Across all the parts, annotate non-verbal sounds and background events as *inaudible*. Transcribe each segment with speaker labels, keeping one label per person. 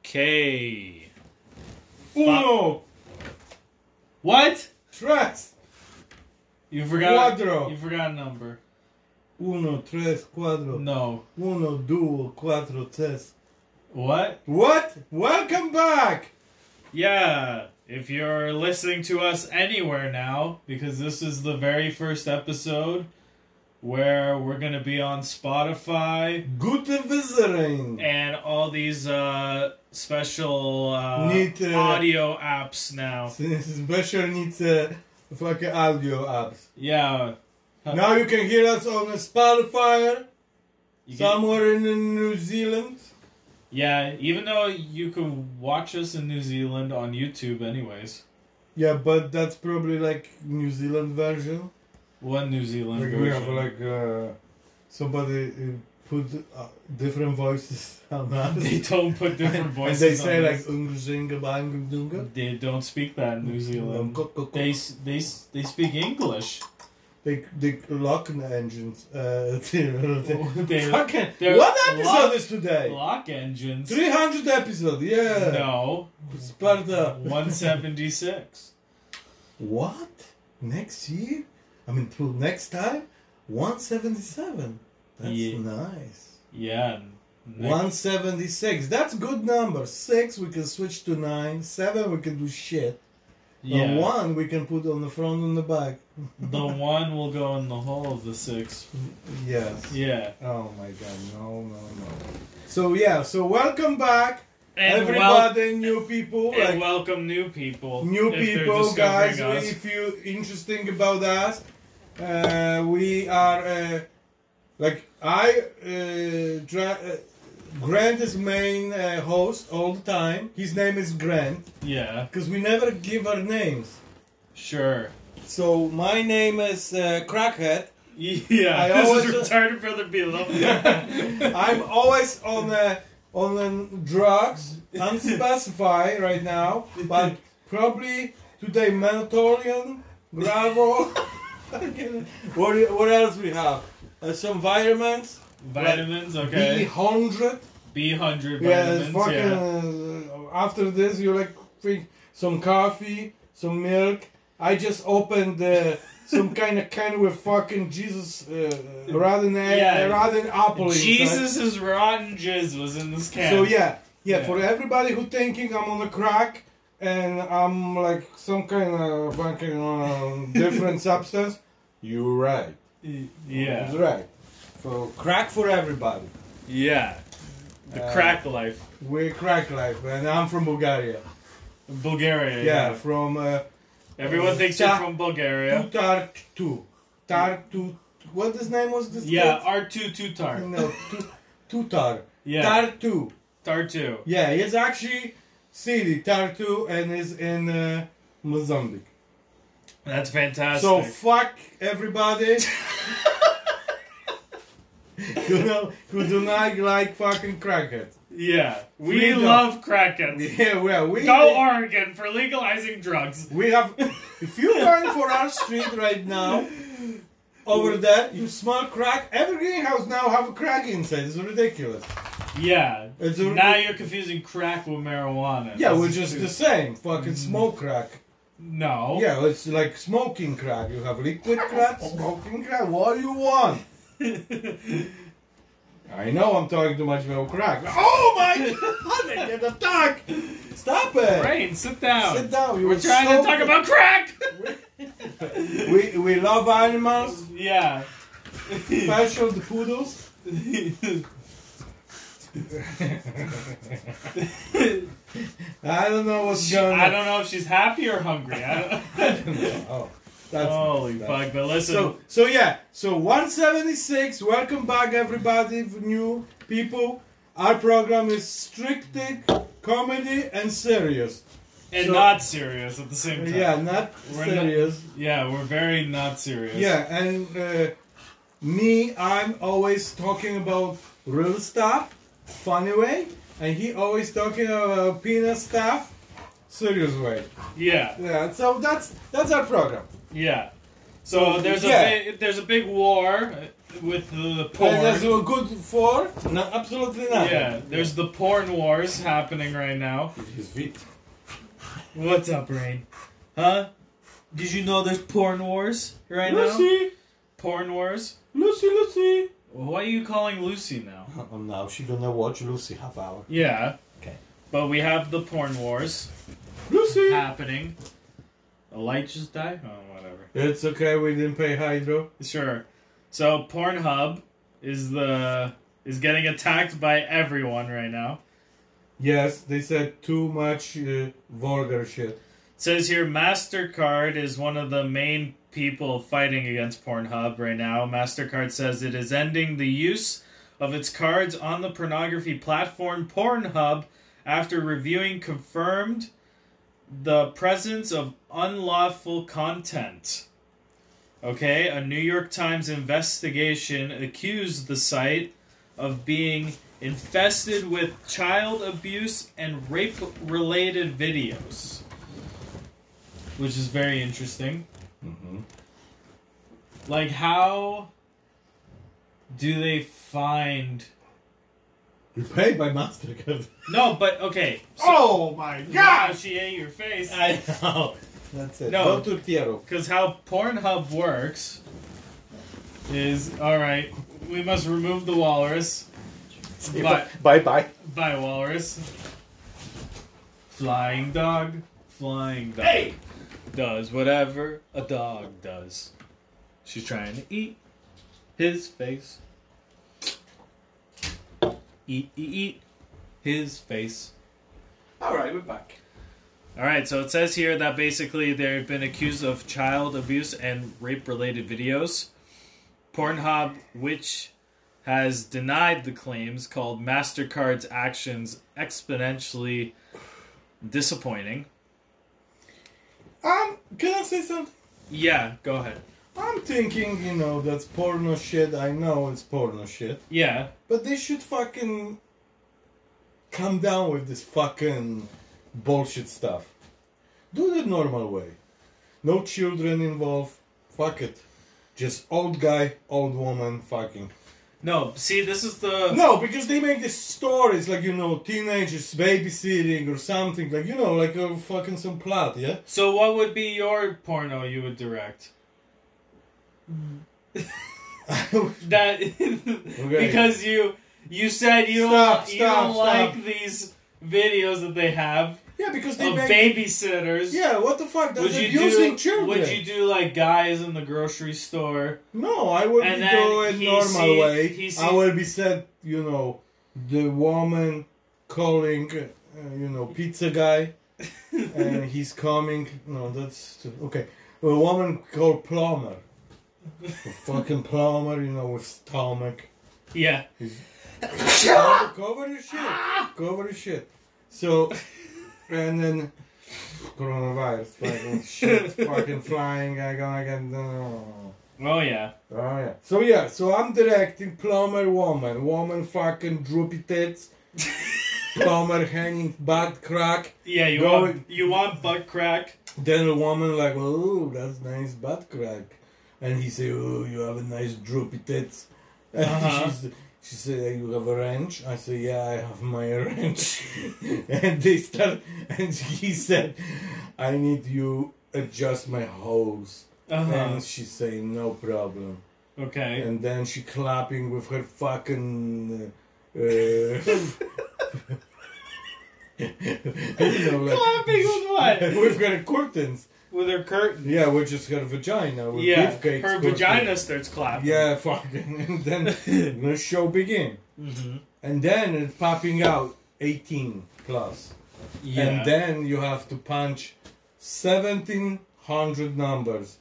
Speaker 1: Okay.
Speaker 2: Uno,
Speaker 1: What?
Speaker 2: tres,
Speaker 1: You forgot.
Speaker 2: Cuatro.
Speaker 1: You forgot a number.
Speaker 3: Uno, tres, cuatro.
Speaker 1: No.
Speaker 3: Uno, duo, cuatro, tres.
Speaker 1: What?
Speaker 2: What? Welcome back.
Speaker 1: Yeah, if you're listening to us anywhere now, because this is the very first episode where we're going to be on Spotify
Speaker 3: Gute visiting.
Speaker 1: and all these uh, special uh,
Speaker 3: Neat, uh,
Speaker 1: audio apps now.
Speaker 3: Special needs uh, fucking audio apps.
Speaker 1: Yeah.
Speaker 3: Now you can hear us on Spotify,
Speaker 1: you can-
Speaker 3: somewhere in New Zealand.
Speaker 1: yeah, even though you can watch us in New Zealand on YouTube, anyways.
Speaker 3: Yeah, but that's probably like New Zealand version.
Speaker 1: One New Zealand
Speaker 3: Like we have
Speaker 1: version.
Speaker 3: like uh, somebody uh, put uh, different voices *laughs* on us.
Speaker 1: *laughs* they don't put different
Speaker 3: *laughs* and
Speaker 1: voices
Speaker 3: they
Speaker 1: on
Speaker 3: say like
Speaker 1: this.
Speaker 3: Ungzinga Bangdunga.
Speaker 1: They don't speak that in New Zealand. They
Speaker 3: They
Speaker 1: s- they s- they speak English.
Speaker 3: they lock the engines. Uh, *laughs* they,
Speaker 1: Oh, they-
Speaker 3: *laughs* fucking,
Speaker 1: they're
Speaker 3: what episode
Speaker 1: lock-
Speaker 3: is today?
Speaker 1: Lock engines.
Speaker 3: Three uh, hundred episode. Yeah.
Speaker 1: No,
Speaker 3: Sparta.
Speaker 1: one seventy six.
Speaker 3: What? Next year? I mean, till next time? 177. That's
Speaker 1: Yeah.
Speaker 3: nice.
Speaker 1: Yeah. Nick-
Speaker 3: 176. That's good number. 6 we can switch to 9. 7 we can do shit.
Speaker 1: Yeah.
Speaker 3: And 1 we can put on the front and the back.
Speaker 1: the one will go in the hole of the six.
Speaker 3: Yes.
Speaker 1: Yeah.
Speaker 3: Oh my god. No, no, no. So yeah, so welcome back
Speaker 1: And wel-
Speaker 3: everybody, new people.
Speaker 1: and
Speaker 3: like,
Speaker 1: welcome new people.
Speaker 3: new
Speaker 1: if they're
Speaker 3: people
Speaker 1: discovering
Speaker 3: guys
Speaker 1: us.
Speaker 3: if you interesting about us uh, we are uh, like i uh, dra- uh, grant is main uh, host all the time his name is grant
Speaker 1: Yeah.
Speaker 3: because we never give our names
Speaker 1: Sure. *laughs*
Speaker 3: so my name is uh, crackhead
Speaker 1: Yeah.
Speaker 3: I
Speaker 1: this
Speaker 3: always-
Speaker 1: is retarded brother below.
Speaker 3: *laughs* i'm always on uh, on uh, drugs unspecified right now but probably today melatonin gravel *laughs* What, what else we have? Uh, some vitamins.
Speaker 1: *laughs* vitamins.
Speaker 3: B
Speaker 1: Okay.
Speaker 3: hundred.
Speaker 1: B hundred
Speaker 3: Yeah,
Speaker 1: vitamins.
Speaker 3: fucking.
Speaker 1: Yeah.
Speaker 3: Uh, after this, you like drink some coffee, some milk. I just opened uh, some kind of can with fucking Jesus uh, rotten egg,
Speaker 1: Yeah.
Speaker 3: rotten apple. inside.
Speaker 1: Jesus' rotten jizz was in this can.
Speaker 3: So yeah, yeah,
Speaker 1: Yeah.
Speaker 3: For everybody who thinking I'm on the crack and I'm like some kind of fucking um,
Speaker 1: *laughs*
Speaker 3: different substance, you're right.
Speaker 1: Yeah.
Speaker 3: That's right. So crack for everybody.
Speaker 1: Yeah. The
Speaker 3: Uh,
Speaker 1: crack life.
Speaker 3: We're crack life, and I'm from Bulgaria.
Speaker 1: Bulgaria.
Speaker 3: Yeah, from uh,
Speaker 1: Everyone thinks you're
Speaker 3: Ta-
Speaker 1: from Bulgaria.
Speaker 3: Tutarktu. Tartu. What his name was this?
Speaker 1: Yeah, R2 Tutar.
Speaker 3: kid? No, Tu- Tutar.
Speaker 1: Yeah.
Speaker 3: Tartu.
Speaker 1: Tartu.
Speaker 3: Yeah, it's actually city Tartu, and is in uh, Mozambique.
Speaker 1: That's fantastic.
Speaker 3: So fuck everybody. who, know, who do not like fucking crackhead.
Speaker 1: yeah. We
Speaker 3: Freedom.
Speaker 1: love crackheads.
Speaker 3: Yeah, well, we
Speaker 1: Go Oregon for legalizing drugs.
Speaker 3: We have. If you're going for our street right now, over there, you smell crack. Every greenhouse now have a crack inside. It's ridiculous.
Speaker 1: Yeah.
Speaker 3: It's a,
Speaker 1: Now you're confusing crack with marijuana.
Speaker 3: yeah,
Speaker 1: This
Speaker 3: we're
Speaker 1: is
Speaker 3: just
Speaker 1: too-
Speaker 3: the same. Fucking
Speaker 1: Mm.
Speaker 3: smoke crack.
Speaker 1: No. *laughs*
Speaker 3: Yeah, it's like smoking crack. You have liquid crack,
Speaker 1: Oh.
Speaker 3: smoking crack. What do you want? I know I'm talking too much about crack. Oh my *laughs*
Speaker 1: *laughs*
Speaker 3: god! I get attacked. Stop it!
Speaker 1: Rain, sit down.
Speaker 3: Sit down. You
Speaker 1: We're
Speaker 3: were
Speaker 1: trying
Speaker 3: so
Speaker 1: to talk about
Speaker 3: *laughs*
Speaker 1: crack.
Speaker 3: We we love animals.
Speaker 1: yeah.
Speaker 3: Special the poodles. I don't know what's going on.
Speaker 1: I don't know if she's happy or hungry. I don't...
Speaker 3: *laughs* Oh, that's
Speaker 1: Holy
Speaker 3: that's-
Speaker 1: fuck! But listen,
Speaker 3: So so yeah. So 176. Welcome back, everybody, for new people. Our program is strictly comedy and serious.
Speaker 1: and
Speaker 3: so-
Speaker 1: not serious at the same time.
Speaker 3: Yeah, not
Speaker 1: We're not-
Speaker 3: serious.
Speaker 1: Yeah, we're very not serious.
Speaker 3: yeah, and uh, me, I'm always talking about real stuff, funny way, and he always talking about peanut stuff, serious way.
Speaker 1: yeah,
Speaker 3: Yeah. So that's that's our program.
Speaker 1: yeah. So
Speaker 3: So,
Speaker 1: there's a
Speaker 3: yeah.
Speaker 1: big, there's a big war with the
Speaker 3: There's
Speaker 1: porn.
Speaker 3: a good four? No, absolutely not.
Speaker 1: Yeah, there's the porn wars happening right now.
Speaker 4: His feet.
Speaker 1: What's up, Rain? Huh? Did you know there's porn wars right now?
Speaker 3: Lucy,
Speaker 1: Porn wars?
Speaker 3: Lucy, Lucy.
Speaker 1: Why are you calling Lucy now?
Speaker 4: Oh, now she gonna watch Lucy half hour.
Speaker 1: Yeah.
Speaker 4: Okay.
Speaker 1: But we have the porn wars
Speaker 3: Lucy.
Speaker 1: happening. A light just died? Oh, whatever.
Speaker 3: It's okay, we didn't pay Hydro.
Speaker 1: Sure. So Pornhub is the is getting attacked by everyone right now.
Speaker 3: Yes, they said too much uh, vulgar shit.
Speaker 1: It says here MasterCard is one of the main people fighting against Pornhub right now. MasterCard says it is ending the use of its cards on the pornography platform Pornhub after reviewing confirmed the presence of unlawful content. Okay, a New York Times investigation accused the site of being infested with child abuse and rape related videos which is very interesting.
Speaker 4: Mm-hmm.
Speaker 1: Like, how do they find?
Speaker 4: You pay by Mastercard.
Speaker 1: No, but okay. So,
Speaker 4: Oh my
Speaker 1: Wow, she ate your face.
Speaker 4: I *laughs* know. That's it. Go
Speaker 1: No.
Speaker 4: to Tiero.
Speaker 1: Because how Pornhub works is all right. We must remove the walrus. But
Speaker 4: Bye bye.
Speaker 1: by walrus, flying dog, flying dog
Speaker 4: Hey!
Speaker 1: does whatever a dog does. She's trying to eat his face. Eat, eat, eat his face.
Speaker 4: Alright, we're back.
Speaker 1: All right, so it says here that basically they've been accused of child abuse and rape related videos. Pornhub, which has denied the claims, called MasterCard's actions exponentially disappointing.
Speaker 3: Um, can I say something?
Speaker 1: Yeah, go ahead.
Speaker 3: I'm thinking, you know, that's porno shit. I know it's porno shit.
Speaker 1: Yeah,
Speaker 3: But they should fucking come down with this fucking bullshit stuff. Do it the normal way. No children involved. Fuck it. Just old guy, old woman, fucking.
Speaker 1: no, see, this is the.
Speaker 3: No, because they make these stories like, you know, teenagers babysitting or something. Like, you know, like a fucking some plot, yeah? *laughs*
Speaker 1: So what would be your porno you would direct? That *laughs* because you you said you
Speaker 3: Stop,
Speaker 1: don't, you
Speaker 3: stop,
Speaker 1: don't
Speaker 3: stop.
Speaker 1: like these videos that they have
Speaker 3: yeah, because they
Speaker 1: of
Speaker 3: make.
Speaker 1: babysitters.
Speaker 3: yeah, what the fuck? That's
Speaker 1: Would you
Speaker 3: abusing
Speaker 1: do?
Speaker 3: children.
Speaker 1: Would you do like guys in the grocery
Speaker 3: *laughs*
Speaker 1: store?
Speaker 3: No, I will
Speaker 1: And
Speaker 3: be
Speaker 1: then
Speaker 3: doing
Speaker 1: he
Speaker 3: normal
Speaker 1: see-
Speaker 3: way.
Speaker 1: he see-
Speaker 3: I will be said, you know, the woman calling, uh, you know, pizza guy,
Speaker 1: *laughs*
Speaker 3: and he's coming. No, that's too, okay. A woman called plumber, a fucking plumber, you know, with stomach.
Speaker 1: Yeah.
Speaker 3: Cover, cover your shit. Cover your shit. So, and then coronavirus, fucking shit, fucking flying. I gonna get. no.
Speaker 1: Oh yeah.
Speaker 3: Oh yeah. So yeah, so I'm directing plumber woman, woman fucking droopy tits, plumber hanging butt crack.
Speaker 1: Yeah. You
Speaker 3: Go
Speaker 1: want
Speaker 3: with-
Speaker 1: you want butt crack?
Speaker 3: Then the woman like, oh, that's nice butt crack, and he say, oh, you have a nice droopy tits. And *laughs*
Speaker 1: Uh-huh.
Speaker 3: she's, she say, you have a wrench. I say, yeah, I have my *laughs* wrench. and they start, and he said, I need you adjust my hose.
Speaker 1: Uh huh.
Speaker 3: And she say, no problem.
Speaker 1: Okay.
Speaker 3: and then she clapping with her fucking uh, *laughs* you know, like,
Speaker 1: Clapping with what?
Speaker 3: *laughs* with her curtains
Speaker 1: With her curtain.
Speaker 3: yeah which is her vagina with
Speaker 1: Yeah.
Speaker 3: beefcake
Speaker 1: Her
Speaker 3: curtain.
Speaker 1: vagina starts clapping.
Speaker 3: yeah *laughs* fucking
Speaker 1: *laughs*
Speaker 3: and then the show begin
Speaker 1: Mm-hmm.
Speaker 3: and then it's popping out 18 plus
Speaker 1: Yeah.
Speaker 3: and then you have to punch 1700 numbers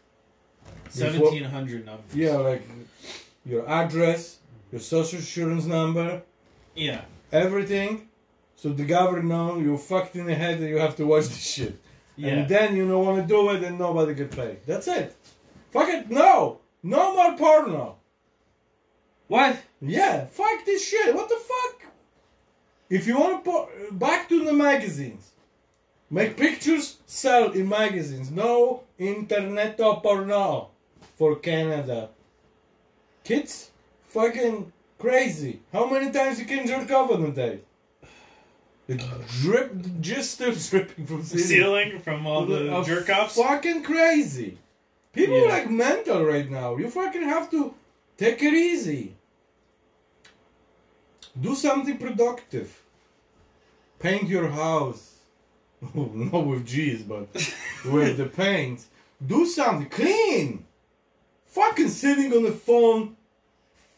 Speaker 3: before-
Speaker 1: Seventeen hundred numbers.
Speaker 3: yeah like your address your social insurance number
Speaker 1: Yeah.
Speaker 3: everything. So the government know you fucked in the head and you have to watch this shit.
Speaker 1: Yeah.
Speaker 3: And then you don't want to do it and nobody get paid. That's it. Fuck it. No. No more porno.
Speaker 1: what?
Speaker 3: Yeah. Fuck this shit. What the fuck? If you want to po- back to the magazines. Make pictures, sell in magazines. No internet or porno for Canada. Kids, fucking crazy. How many times you can jerk off on a day? The drip, just still dripping from ceiling.
Speaker 1: Ceiling from all the
Speaker 3: Uh,
Speaker 1: jerk offs.
Speaker 3: Fucking crazy. People
Speaker 1: Yeah.
Speaker 3: are like mental right now. You fucking have to take it easy. Do something productive. Paint your house. *laughs* Not with
Speaker 1: *laughs*
Speaker 3: G's, but with the paint. Do something. Clean. Fucking sitting on the phone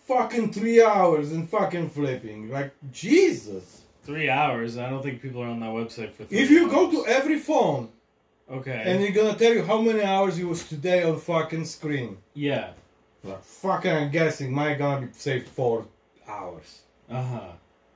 Speaker 3: fucking three hours and fucking flipping. Like, Jesus.
Speaker 1: Three hours. I don't think people are on that website for. Three
Speaker 3: If you go
Speaker 1: hours.
Speaker 3: to every phone
Speaker 1: Okay.
Speaker 3: and they're gonna tell you how many hours you was today on fucking screen.
Speaker 1: yeah.
Speaker 3: Like, fucking, I'm guessing my gonna be say four hours.
Speaker 1: Uh huh.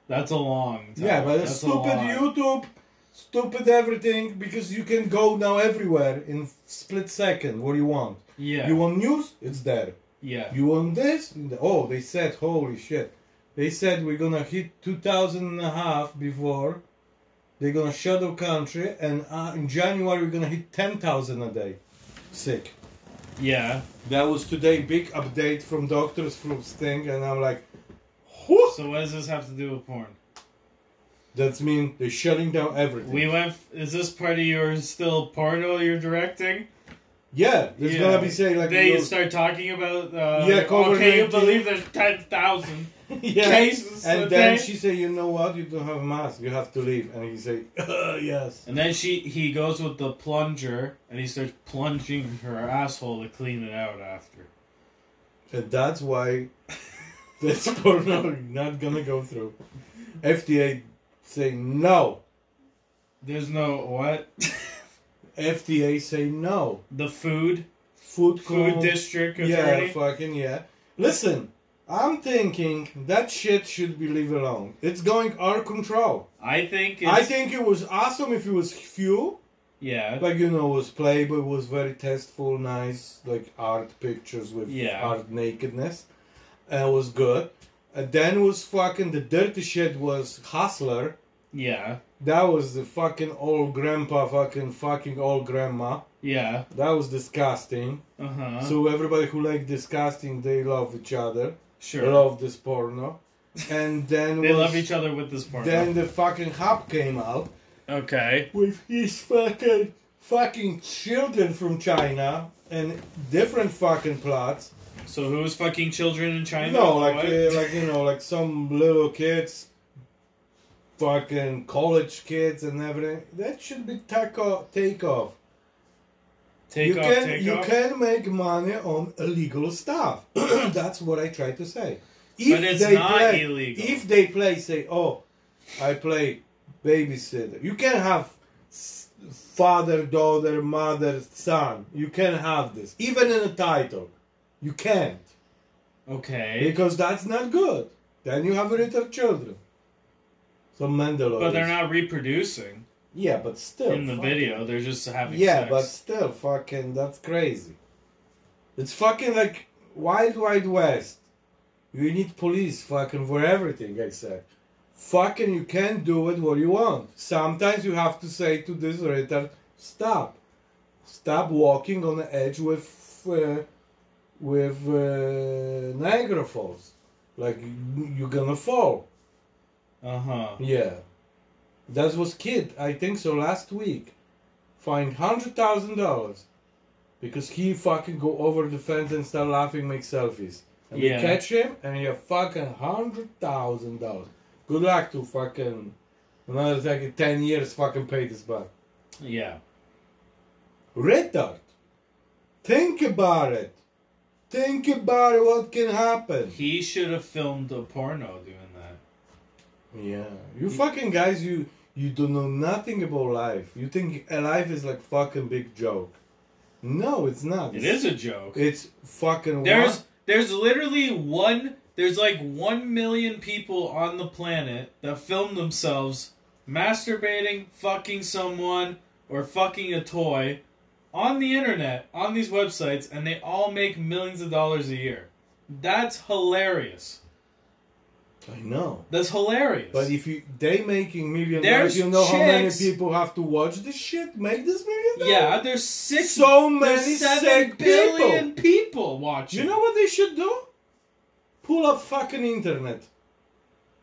Speaker 1: That's a long. Time.
Speaker 3: Yeah, but
Speaker 1: That's
Speaker 3: it's
Speaker 1: a
Speaker 3: stupid
Speaker 1: lot.
Speaker 3: YouTube, stupid everything because you can go now everywhere in split second what you want.
Speaker 1: Yeah.
Speaker 3: You want news? It's there.
Speaker 1: yeah.
Speaker 3: You want this? Oh, they said, holy shit. They said we're gonna hit 2,000 and a half before. They're gonna shut the country, and uh, in January we're gonna hit 10,000 a day. Sick.
Speaker 1: Yeah.
Speaker 3: That was today big update from doctors from Sting, and I'm like, whoo!
Speaker 1: So what does this have to do with porn?
Speaker 3: That's mean they're shutting down everything.
Speaker 1: We went. Is this part of yours still porno you're directing?
Speaker 3: yeah, there's
Speaker 1: Yeah.
Speaker 3: gonna be saying like,
Speaker 1: They
Speaker 3: you know-
Speaker 1: start talking about. Uh,
Speaker 3: Yeah,
Speaker 1: Okay, you
Speaker 3: COVID-19.
Speaker 1: believe there's ten thousand
Speaker 3: *laughs* yeah.
Speaker 1: cases
Speaker 3: and
Speaker 1: a
Speaker 3: then
Speaker 1: day?
Speaker 3: she say, you know what? You don't have a mask. You have to leave. And he
Speaker 1: *laughs*
Speaker 3: say, yes.
Speaker 1: And then she he goes with the plunger and he starts plunging her asshole to clean it out after.
Speaker 3: And that's why *laughs* this porno not gonna go through. FDA say no.
Speaker 1: There's no
Speaker 3: *laughs*
Speaker 1: what
Speaker 3: FDA say no.
Speaker 1: the food
Speaker 3: Food
Speaker 1: food
Speaker 3: call-
Speaker 1: district
Speaker 3: Yeah,
Speaker 1: authority.
Speaker 3: fucking yeah. Listen, I'm thinking that shit should be leave alone. It's going our control.
Speaker 1: I think it's,
Speaker 3: I think it was awesome if it was few,
Speaker 1: yeah
Speaker 3: like you know, it was Playboy was very tasteful, nice, like art pictures with
Speaker 1: Yeah.
Speaker 3: art nakedness. And it was good. And then was fucking the dirty shit was Hustler.
Speaker 1: yeah
Speaker 3: That was the fucking old grandpa, fucking fucking old grandma.
Speaker 1: yeah
Speaker 3: That was disgusting.
Speaker 1: uh huh
Speaker 3: So everybody who like disgusting, they love each other.
Speaker 1: sure
Speaker 3: love this porno. And then
Speaker 1: they
Speaker 3: was-
Speaker 1: love each other with this porn.
Speaker 3: Then the fucking hub came out
Speaker 1: okay
Speaker 3: with his fucking fucking children from China and different fucking plots.
Speaker 1: so who's fucking children in China?
Speaker 3: no, like
Speaker 1: What?
Speaker 3: uh, like you know, like some little kids, fucking college kids and everything. That should be take off. Take off.
Speaker 1: take
Speaker 3: you
Speaker 1: off
Speaker 3: can
Speaker 1: take
Speaker 3: you
Speaker 1: off.
Speaker 3: can make money on illegal stuff. *clears throat* That's what I try to say. If
Speaker 1: But it's not
Speaker 3: play,
Speaker 1: illegal.
Speaker 3: If they play, say, "Oh, I play babysitter." You can have s- father, daughter, mother, son. You can have this, even in a title. You can't
Speaker 1: okay,
Speaker 3: because that's not good. Then you have little children. Some Mandalorians.
Speaker 1: but they're not reproducing
Speaker 3: Yeah, but still.
Speaker 1: in the
Speaker 3: fuck
Speaker 1: video. They're just having
Speaker 3: yeah,
Speaker 1: sex.
Speaker 3: but still, fucking, that's crazy. It's fucking like Wild Wild West. You need police fucking for everything, I said. Fucking, you can't do it what you want. Sometimes you have to say to this retard, stop. Stop walking on the edge with uh, with uh, Niagara Falls. Like, you- you're gonna fall.
Speaker 1: uh huh
Speaker 3: Yeah. That was kid, I think so, last week. Fined hundred thousand dollars. Because he fucking go over the fence and start laughing, make selfies. And
Speaker 1: Yeah.
Speaker 3: we catch him and you have fucking hundred thousand dollars. Good luck to fucking another like ten years fucking pay this back.
Speaker 1: yeah
Speaker 3: Retard. Think about it. Think about it what can happen.
Speaker 1: he should have filmed a porno doing that.
Speaker 3: Yeah, you fucking guys, you you don't know nothing about life. You think a life is like fucking big joke. No, it's not.
Speaker 1: It is a joke.
Speaker 3: It's fucking.
Speaker 1: There's
Speaker 3: wa-
Speaker 1: there's literally one there's like one million people on the planet that film themselves masturbating, fucking someone, or fucking a toy on the internet, on these websites, and they all make millions of dollars a year. That's hilarious.
Speaker 3: I know,
Speaker 1: That's hilarious.
Speaker 3: but if you they making million,
Speaker 1: There's
Speaker 3: dollars, you know how many
Speaker 1: chicks-
Speaker 3: people have to watch this shit make this million. dollars?
Speaker 1: yeah, there's six
Speaker 3: so
Speaker 1: there's
Speaker 3: many
Speaker 1: seven
Speaker 3: sick people.
Speaker 1: billion people watching.
Speaker 3: You know what they should do? Pull up fucking internet.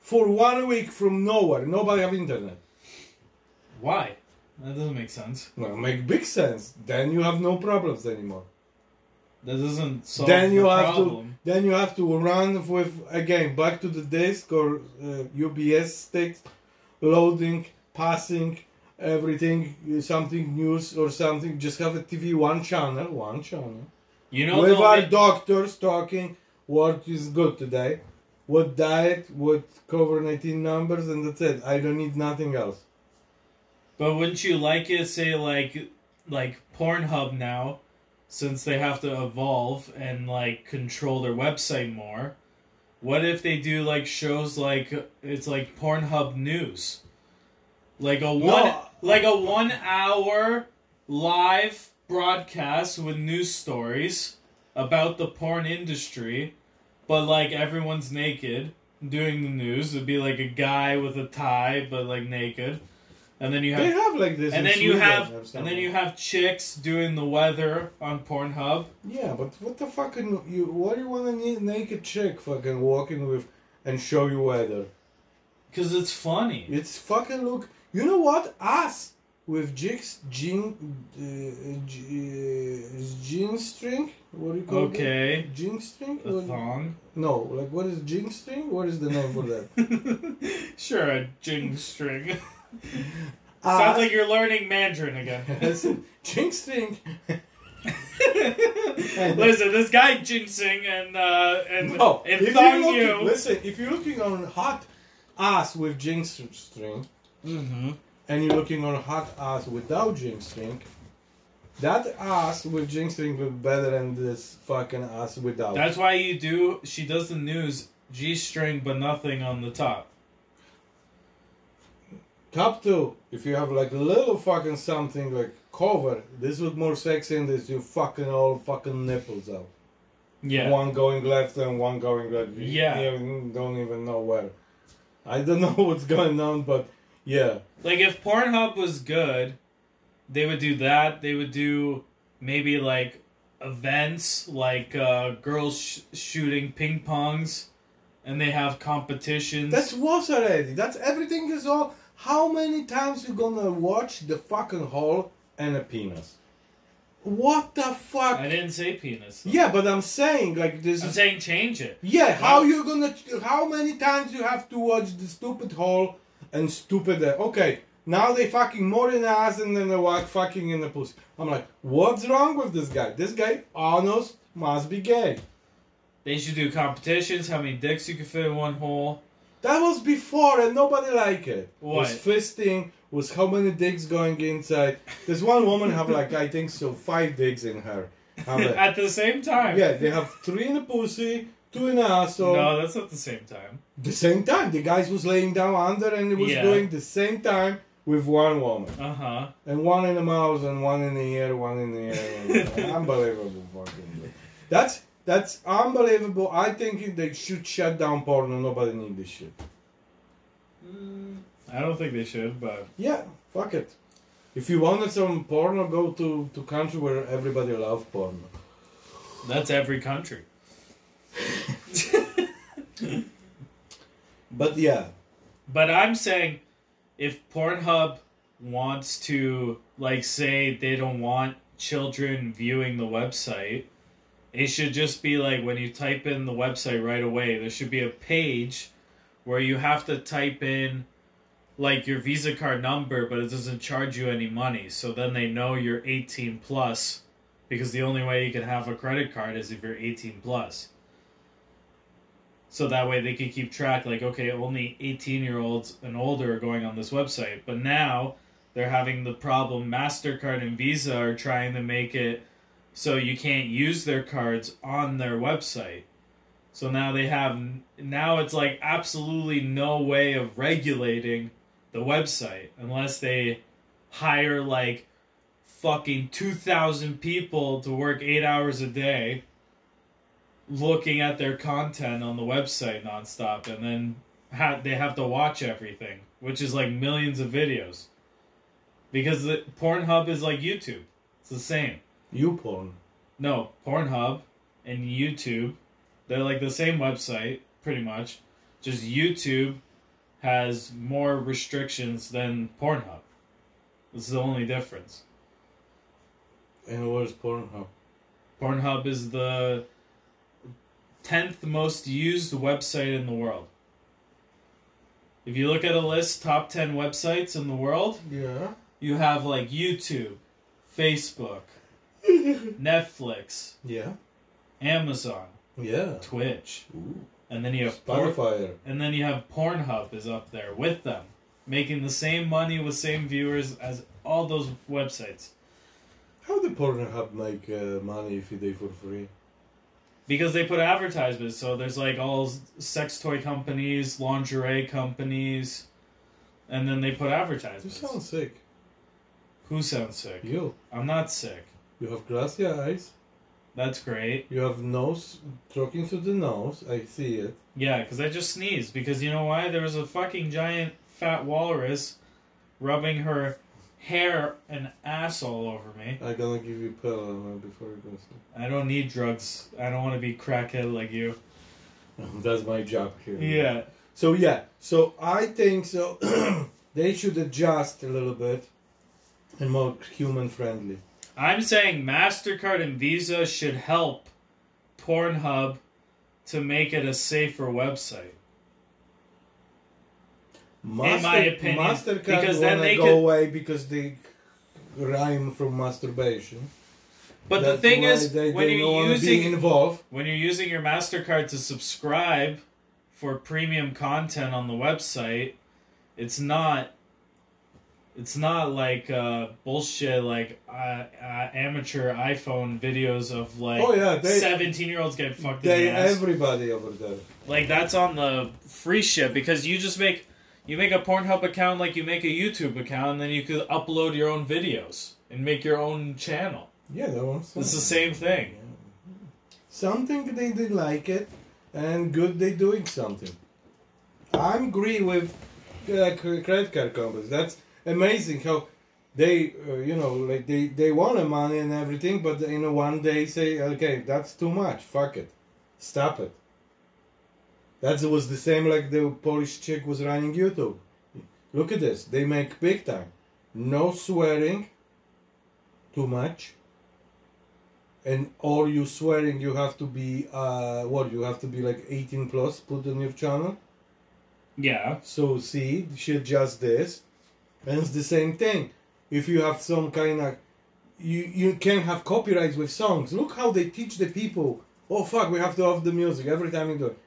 Speaker 3: For one week from nowhere, nobody have internet.
Speaker 1: Why? That doesn't make sense.
Speaker 3: Well, make big sense. Then you have no problems anymore.
Speaker 1: That doesn't solve
Speaker 3: then you
Speaker 1: the
Speaker 3: have
Speaker 1: problem.
Speaker 3: to then you have to run with again back to the disk or uh, UBS sticks, loading, passing, everything, something news or something. Just have a TV one channel, one channel.
Speaker 1: You know
Speaker 3: with
Speaker 1: the
Speaker 3: our
Speaker 1: only,
Speaker 3: doctors talking what is good today, what diet, what cover 19 numbers, and that's it. I don't need nothing else.
Speaker 1: but wouldn't you like it say like like Pornhub now, since they have to evolve and like control their website more? What if they do like shows like it's like Pornhub news, like a one like a one hour live broadcast with news stories about the porn industry, but like everyone's naked doing the news. It'd be like a guy with a tie, but like naked, and then you
Speaker 3: They
Speaker 1: have
Speaker 3: have like this.
Speaker 1: and
Speaker 3: in
Speaker 1: then you
Speaker 3: Sweden
Speaker 1: have
Speaker 3: or
Speaker 1: and
Speaker 3: something.
Speaker 1: then you have chicks doing the weather on Pornhub.
Speaker 3: Yeah, but what the fucking you? Why do you want a na- naked chick fucking walking with and show you weather?
Speaker 1: Cause it's funny.
Speaker 3: It's fucking look. You know what? Us with jigs, jean, uh, j- uh, jean string. What do you call it?
Speaker 1: Okay,
Speaker 3: Jean string.
Speaker 1: a
Speaker 3: What-
Speaker 1: thong.
Speaker 3: no, like what is jean string? What is the name for that?
Speaker 1: *laughs* sure, a jing
Speaker 3: *laughs*
Speaker 1: string.
Speaker 3: Us-
Speaker 1: *laughs*
Speaker 3: Uh,
Speaker 1: Sounds like you're learning Mandarin again.
Speaker 3: Ah, *laughs*
Speaker 1: *laughs*
Speaker 3: Listen, Jing Sting.
Speaker 1: Listen, this guy jinxing and uh and
Speaker 3: No,
Speaker 1: and
Speaker 3: Oh, if
Speaker 1: thong
Speaker 3: you're looking,
Speaker 1: you.
Speaker 3: listen, if you're looking on hot ass with Jing String
Speaker 1: Mm-hmm.
Speaker 3: and you're looking on hot ass without Jing String, that ass with Jing String look better than this fucking ass without.
Speaker 1: That's why you do. She does the news G string, but nothing on the top.
Speaker 3: Top two, if you have like little fucking something like cover, this look more sexy than this. You fucking all fucking nipples out.
Speaker 1: Yeah.
Speaker 3: One going left and one going right. You
Speaker 1: Yeah.
Speaker 3: even- don't even know where. I don't *laughs* know what's going on, but yeah.
Speaker 1: Like if Pornhub was good, they would do that. They would do maybe like events, like uh, girls sh- shooting ping pongs, and they have competitions.
Speaker 3: That's was already. That's everything is all. How many times you gonna watch the fucking hole and a penis? What the fuck?
Speaker 1: I didn't say penis.
Speaker 3: Yeah, but I'm saying like this
Speaker 1: I'm
Speaker 3: is.
Speaker 1: saying change it.
Speaker 3: Yeah, how you gonna? How many times you have to watch the stupid hole and stupid? uh, Okay, now they fucking more in the ass and then they walk fucking in the pussy. I'm like, what's wrong with this guy? This guy, honest, must be gay.
Speaker 1: They should do competitions. How many dicks you can fit in one hole?
Speaker 3: That was before and nobody liked it.
Speaker 1: What?
Speaker 3: Was fisting? Was how many dicks going inside? There's one woman have like I think so five dicks in her.
Speaker 1: *laughs*
Speaker 3: I'm like,
Speaker 1: At the same time.
Speaker 3: yeah, they have three in the pussy, two in the asshole.
Speaker 1: No, that's not the same time.
Speaker 3: the same time. The guys was laying down under and it was
Speaker 1: Yeah.
Speaker 3: doing the same time with one woman.
Speaker 1: Uh huh.
Speaker 3: And one in the mouth and one in the ear, one in the
Speaker 1: *laughs*
Speaker 3: ear. one- unbelievable fucking thing. That's that's unbelievable. I think they should shut down porno. Nobody need this shit.
Speaker 1: I don't think they should, but
Speaker 3: Yeah, fuck it. If you wanted some porno, go to to country where everybody love porno.
Speaker 1: that's every country.
Speaker 3: But yeah,
Speaker 1: But I'm saying if Pornhub wants to like say they don't want children viewing the website, it should just be like when you type in the website right away, there should be a page where you have to type in like your Visa card number, but it doesn't charge you any money. So then they know you're 18 plus because the only way you can have a credit card is if you're 18 plus. So that way they could keep track, like, okay, only 18 year olds and older are going on this website. But now they're having the problem MasterCard and Visa are trying to make it so you can't use their cards on their website. So now they have, now it's like absolutely no way of regulating the website unless they hire like fucking 2,000 people to work eight hours a day looking at their content on the website nonstop, and then ha- they have to watch everything, which is like millions of videos. Because the, Pornhub is like YouTube, it's the same.
Speaker 3: you porn.
Speaker 1: No, Pornhub and YouTube They're like the same website, pretty much. Just YouTube has more restrictions than Pornhub. This is the only difference.
Speaker 3: And where's Pornhub?
Speaker 1: Pornhub is the tenth most used website in the world. If you look at a list, top ten websites in the world,
Speaker 5: Yeah.
Speaker 1: you have like YouTube,
Speaker 3: *laughs*
Speaker 1: Facebook, Netflix,
Speaker 3: Yeah.
Speaker 1: Amazon,
Speaker 3: Yeah.
Speaker 1: Twitch,
Speaker 3: Ooh.
Speaker 1: and then you have Por-
Speaker 3: Spotify.
Speaker 1: and then you have Pornhub is up there with them, making the same money with same viewers as all those websites
Speaker 3: How did Pornhub make uh, money if they for free?
Speaker 1: because they put advertisements. So there's like all s- sex toy companies, lingerie companies, and then they put
Speaker 3: You
Speaker 1: advertisements.
Speaker 3: sound sick.
Speaker 1: Who sounds sick?
Speaker 3: You.
Speaker 1: I'm not sick.
Speaker 3: You have glassy eyes.
Speaker 1: That's great.
Speaker 3: You have nose talking to the nose. I see it.
Speaker 1: Yeah, because I just sneezed. Because you know why? There was a fucking giant fat walrus rubbing her hair and ass all over me.
Speaker 3: I'm gonna give you pillow before you go sleep.
Speaker 1: I don't need drugs. I don't want to be crackhead like you.
Speaker 3: *laughs* That's my job here.
Speaker 1: Yeah.
Speaker 3: So yeah.
Speaker 5: So I think
Speaker 3: *clears throat*
Speaker 5: so. they should adjust a little bit
Speaker 3: And more human friendly.
Speaker 1: I'm saying MasterCard and Visa should help Pornhub to make it a safer website.
Speaker 3: Master,
Speaker 1: my opinion,
Speaker 3: Mastercard
Speaker 1: because then
Speaker 3: wanna
Speaker 1: they
Speaker 3: go
Speaker 1: could-
Speaker 3: away because they rhyme from masturbation.
Speaker 1: But
Speaker 3: That's
Speaker 1: the thing
Speaker 3: why
Speaker 1: is,
Speaker 3: they,
Speaker 1: when
Speaker 3: they don't
Speaker 1: you're
Speaker 3: wanna be
Speaker 1: using
Speaker 3: involved,
Speaker 1: when you're using your Mastercard to subscribe for premium content on the website, it's not it's not like uh, bullshit like uh, uh, amateur iPhone videos of like
Speaker 3: Oh, yeah, they-
Speaker 1: seventeen year olds get fucked in
Speaker 3: they
Speaker 1: the ass.
Speaker 3: everybody over there.
Speaker 1: Like that's on the free shit because you just make you make a Pornhub account like you make a YouTube account and then you could upload your own videos and make your own channel.
Speaker 3: Yeah, that one's
Speaker 1: It's the same thing.
Speaker 3: something they did like it, and good they doing something. I agree with uh, cre- credit card companies. That's amazing how they, uh, you know, like they they want the money and everything, but you know, one day say, okay, that's too much. Fuck it, stop it. That was the same like the Polish chick was running YouTube. Look at this. They make big time. No swearing. Too much and or you swearing you have to be uh what you have to be like 18 plus put on your channel
Speaker 1: Yeah.
Speaker 3: so see she just this and it's the same thing if you have some kind of you you can have copyrights with songs look how they teach the people oh fuck we have to off the music every time you do it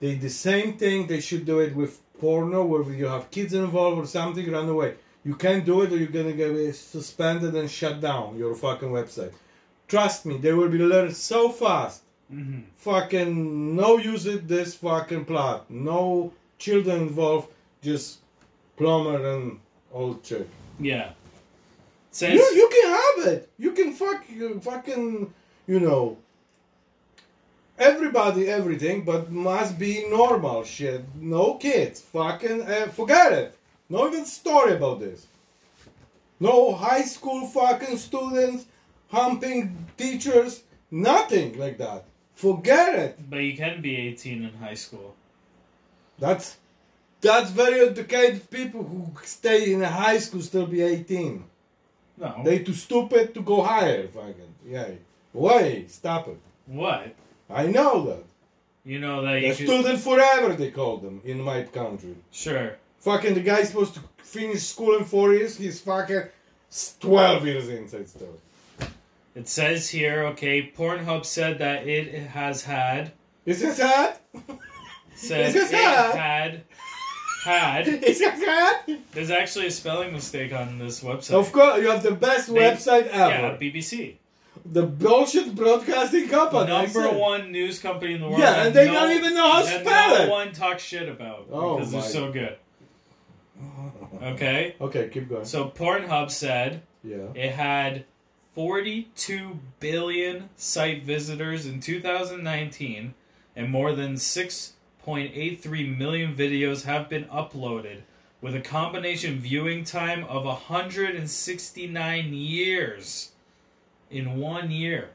Speaker 3: they the same thing they should do it with porno where you have kids involved or something run away you can't do it or you're gonna get uh, suspended and shut down your fucking website trust me they will be learned so fast
Speaker 1: hmm
Speaker 3: fucking no use it this fucking plot. No children involved, just plumber and old chick.
Speaker 1: Yeah.
Speaker 3: You,
Speaker 1: Since
Speaker 3: you can have it. You can fuck you fucking you know everybody everything, but must be normal shit. No kids. Fucking uh, forget it. No even story about this. No high school fucking students humping teachers. Nothing like that. Forget it.
Speaker 1: but you can be 18 in high school.
Speaker 3: That's that's very educated people who stay in high school still be 18.
Speaker 1: No.
Speaker 3: They too stupid to go higher. Fucking yeah. Why? Stop it.
Speaker 1: what?
Speaker 3: I know that.
Speaker 1: You know that
Speaker 3: A
Speaker 1: you could,
Speaker 3: student forever they call them in my country.
Speaker 1: sure.
Speaker 3: Fucking the guy's supposed to finish school in four years. He's fucking s- 12 years inside still.
Speaker 1: It says here, okay, Pornhub said that it has had
Speaker 3: Is it sad? *laughs*
Speaker 1: said
Speaker 3: Is this
Speaker 1: it
Speaker 3: hot?
Speaker 1: had had
Speaker 3: Is it sad?
Speaker 1: there's actually a spelling mistake on this website.
Speaker 3: Of course, you have the best website
Speaker 1: yeah,
Speaker 3: ever.
Speaker 1: BBC.
Speaker 3: The bullshit broadcasting company. I
Speaker 1: number
Speaker 3: said.
Speaker 1: one news company in the world.
Speaker 3: Yeah,
Speaker 1: that
Speaker 3: and they don't even know how to
Speaker 1: that
Speaker 3: spell
Speaker 1: no
Speaker 3: it.
Speaker 1: one talks shit about
Speaker 3: Oh
Speaker 1: because
Speaker 3: my-
Speaker 1: they're so good. Okay,
Speaker 3: *laughs* Okay, keep going.
Speaker 1: so Pornhub said
Speaker 3: Yeah.
Speaker 1: it had 42 billion site visitors in 2019, and more than 6.83 million videos have been uploaded, with a combination viewing time of 169 years in one year.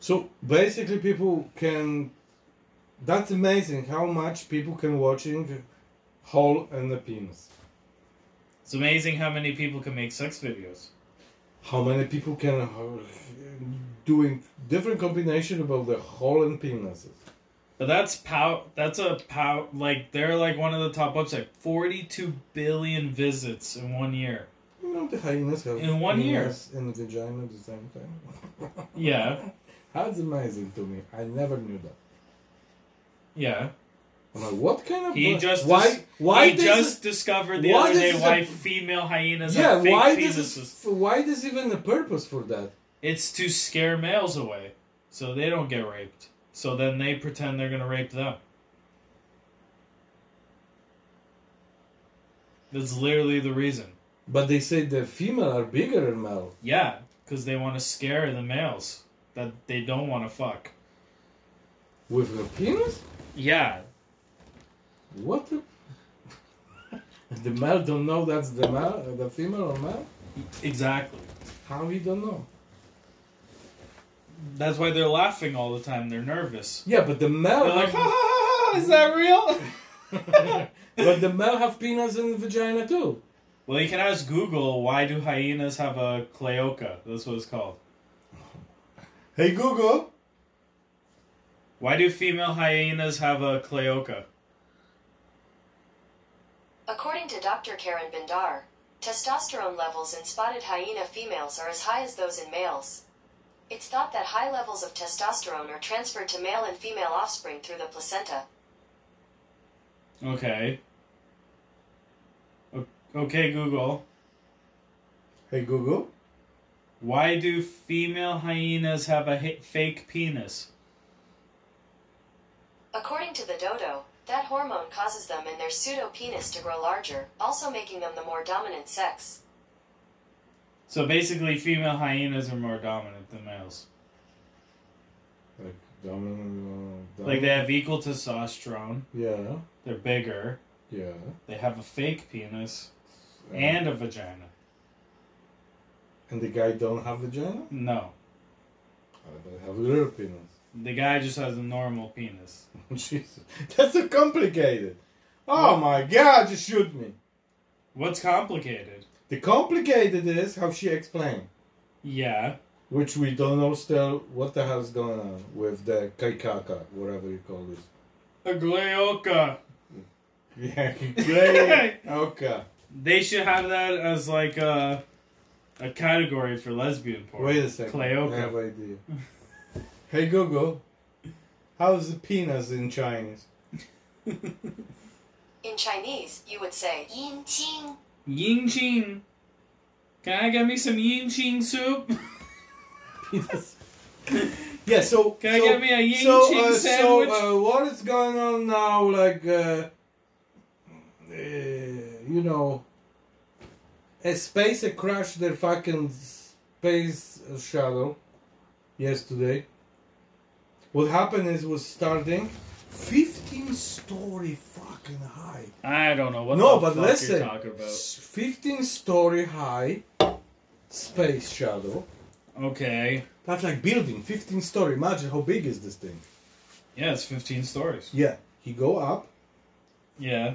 Speaker 3: So basically, people can That's amazing how much people can watching hole and the penis.
Speaker 1: It's amazing how many people can make sex videos.
Speaker 3: How many people can uh, doing different combination about the hole and penises.
Speaker 1: But that's pow. That's a pow. Like they're like one of the top website. Forty-two billion visits in one year.
Speaker 3: You know the hyenas have
Speaker 1: In one year.
Speaker 3: penis and vagina at the same *laughs* time.
Speaker 1: Yeah,
Speaker 3: That's amazing to me. I never knew that.
Speaker 1: yeah.
Speaker 3: I'm like, what kind of
Speaker 1: He
Speaker 3: bu-
Speaker 1: just dis-
Speaker 3: why why
Speaker 1: he
Speaker 3: does
Speaker 1: just discovered the
Speaker 3: why
Speaker 1: other
Speaker 3: this
Speaker 1: day
Speaker 3: is
Speaker 1: why
Speaker 3: a-
Speaker 1: female hyenas
Speaker 3: yeah
Speaker 1: have fake
Speaker 3: why
Speaker 1: penises.
Speaker 3: this is why there's even a purpose for that?
Speaker 1: It's to scare males away, so they don't get raped. So then they pretend they're gonna rape them. That's literally the reason.
Speaker 3: But they say the female are bigger than male.
Speaker 1: Yeah, because they want to scare the males that they don't want to fuck.
Speaker 3: With her penis?
Speaker 1: Yeah,
Speaker 3: What the? *laughs* the male don't know that's the male, uh, the female or male?
Speaker 1: exactly.
Speaker 3: How he don't know?
Speaker 1: That's why they're laughing all the time. They're nervous.
Speaker 3: Yeah, but the male.
Speaker 1: They're like, ha
Speaker 3: have-
Speaker 1: ha ha, ha, is that real?
Speaker 3: *laughs* but the male have penis and vagina too.
Speaker 1: *laughs* Well, you can ask Google why do hyenas have a cleoca? That's what it's called.
Speaker 3: Hey Google.
Speaker 1: Why do female hyenas have a cleoca?
Speaker 6: According to Dr. Karen Bindar, testosterone levels in spotted hyena females are as high as those in males. It's thought that high levels of testosterone are transferred to male and female offspring through the placenta.
Speaker 1: Okay. O- Okay, Google.
Speaker 3: Hey Google.
Speaker 1: Why do female hyenas have a hi- fake penis?
Speaker 6: According to the dodo, that hormone causes them and their pseudo penis to grow larger, also making them the more dominant sex.
Speaker 1: So basically, female hyenas are more dominant than males.
Speaker 3: Like dominant. uh,
Speaker 1: Like they have equal testosterone.
Speaker 3: Yeah.
Speaker 1: They're bigger.
Speaker 3: Yeah.
Speaker 1: They have a fake penis and a vagina.
Speaker 3: and the guy don't have vagina.
Speaker 1: No,
Speaker 3: I don't have real penis. *laughs*
Speaker 1: the guy just has a normal penis.
Speaker 3: Jesus, that's so complicated. Oh my God! You shoot me.
Speaker 1: What's complicated?
Speaker 3: The complicated is how she explained,
Speaker 1: Yeah.
Speaker 3: which we don't know still what the hell's going on with the kaikaka, whatever you call this.
Speaker 1: A glioka.
Speaker 3: Yeah, kaikaka.
Speaker 1: They should have that as like a a category for lesbian porn.
Speaker 3: Wait a second. I have
Speaker 1: Cleoka.
Speaker 3: idea. hey Google, how's the penis in Chinese?
Speaker 6: In Chinese, you would say yin qing.
Speaker 1: *laughs* Ying Qing. Can I get me some Ying Qing soup?
Speaker 3: Penis. Yeah, so
Speaker 1: Can I
Speaker 3: so-
Speaker 1: get me a Ying
Speaker 3: so,
Speaker 1: Qing
Speaker 3: uh,
Speaker 1: sandwich?
Speaker 3: So, uh, what is going on now? Like, uh, uh, you know, a space crashed their fucking space shuttle yesterday. What happened is was starting fifteen story fucking high.
Speaker 1: I don't know what
Speaker 3: no,
Speaker 1: the
Speaker 3: but
Speaker 1: fuck
Speaker 3: listen,
Speaker 1: you're talking about.
Speaker 3: s- fifteen story high space shuttle.
Speaker 1: Okay.
Speaker 3: That's like building fifteen story. Imagine how big is this thing.
Speaker 1: Yeah, it's 15 stories.
Speaker 3: Yeah, he go up.
Speaker 1: Yeah.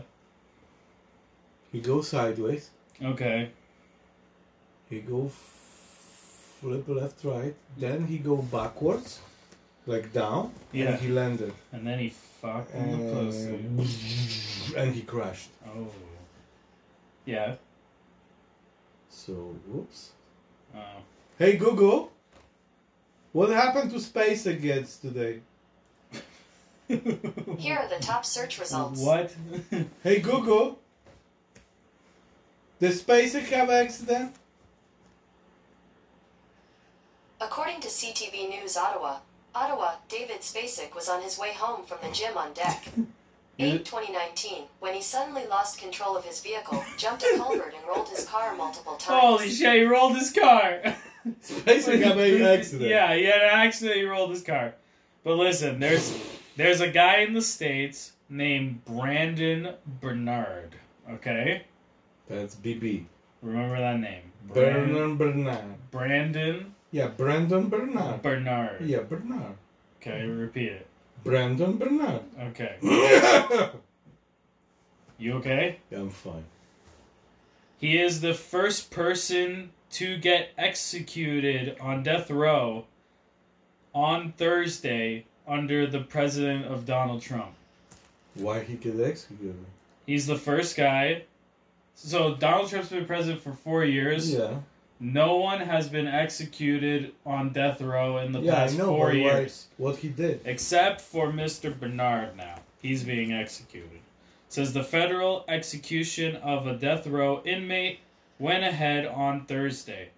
Speaker 3: He go sideways.
Speaker 1: Okay.
Speaker 3: He go f- flip left, right. Then he go backwards, like down.
Speaker 1: Yeah.
Speaker 3: And he landed.
Speaker 1: And then he fucked on the pussy.
Speaker 3: And, and he crashed.
Speaker 1: Oh. Yeah.
Speaker 3: So, whoops.
Speaker 1: Oh.
Speaker 3: Hey Google, what happened to space against today?
Speaker 1: Oh.
Speaker 3: *laughs*
Speaker 6: Here are the top search results.
Speaker 1: What?
Speaker 3: Hey Google, did SpaceX
Speaker 1: *laughs*
Speaker 3: have accident?
Speaker 6: According to CTV News Ottawa, Ottawa, David Spacek was on his way home from the gym on deck. 8 2019, when he suddenly lost control of his vehicle, jumped a culvert, and rolled his car multiple times.
Speaker 1: Holy shit, he rolled his car!
Speaker 3: SpaceX have an
Speaker 1: *laughs*
Speaker 3: accident.
Speaker 1: Yeah, he had an accident. He rolled his car. But listen, there's there's a guy in the states named Brandon Bernard. Okay,
Speaker 3: That's BB.
Speaker 1: remember that name. Bran-
Speaker 3: Bernard Bernard.
Speaker 1: Brandon
Speaker 3: Yeah, Brandon Bernard.
Speaker 1: Bernard.
Speaker 3: Yeah, Bernard.
Speaker 1: Okay, repeat it.
Speaker 3: Brandon *laughs* Bernard.
Speaker 1: Okay.
Speaker 3: I'm
Speaker 1: You okay?
Speaker 3: fine.
Speaker 1: He is the first person to get executed on death row on Thursday under the president of Donald Trump.
Speaker 3: Why he get executed?
Speaker 1: He's the first guy. So Donald Trump's been president for four years.
Speaker 3: Yeah.
Speaker 1: No one has been executed on death row in the
Speaker 3: Yeah, I
Speaker 1: past
Speaker 3: know.
Speaker 1: four
Speaker 3: but why,
Speaker 1: years.
Speaker 3: what he did.
Speaker 1: Except for Mr. Bernard now. He's being executed. Says the federal execution of a death row inmate went ahead on Thursday.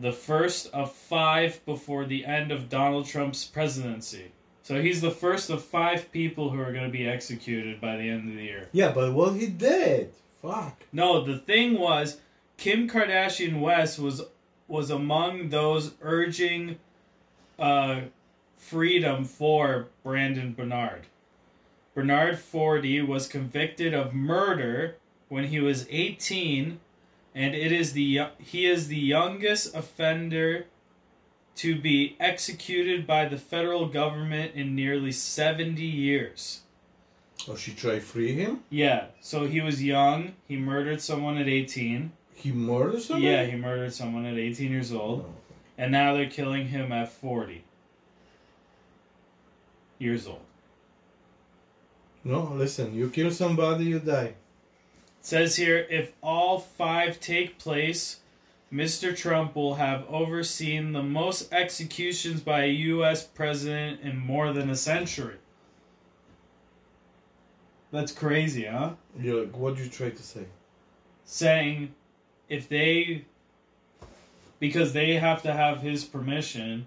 Speaker 1: The first of five before the end of Donald Trump's presidency. So he's the first of five people who are going to be executed by the end of the year.
Speaker 3: Yeah, but what he did. Fuck.
Speaker 1: No, the thing was Kim Kardashian West was was among those urging uh, freedom for Brandon Bernard. Bernard Forty was convicted of murder when he was 18 and it is the yo- he is the youngest offender to be executed by the federal government in nearly 70 years.
Speaker 3: Oh, she try free him.
Speaker 1: Yeah, so he was young, he murdered someone at 18.
Speaker 3: He murdered somebody.
Speaker 1: Yeah, he murdered someone at 18 years old,
Speaker 3: Oh.
Speaker 1: and now they're killing him at 40 years old.
Speaker 3: No, listen. You kill somebody, you die.
Speaker 1: It says here if all five take place, Mr. Trump will have overseen the most executions by a U.S. president in more than a century. That's crazy, huh?
Speaker 3: You what you try to say?
Speaker 1: saying if they because they have to have his permission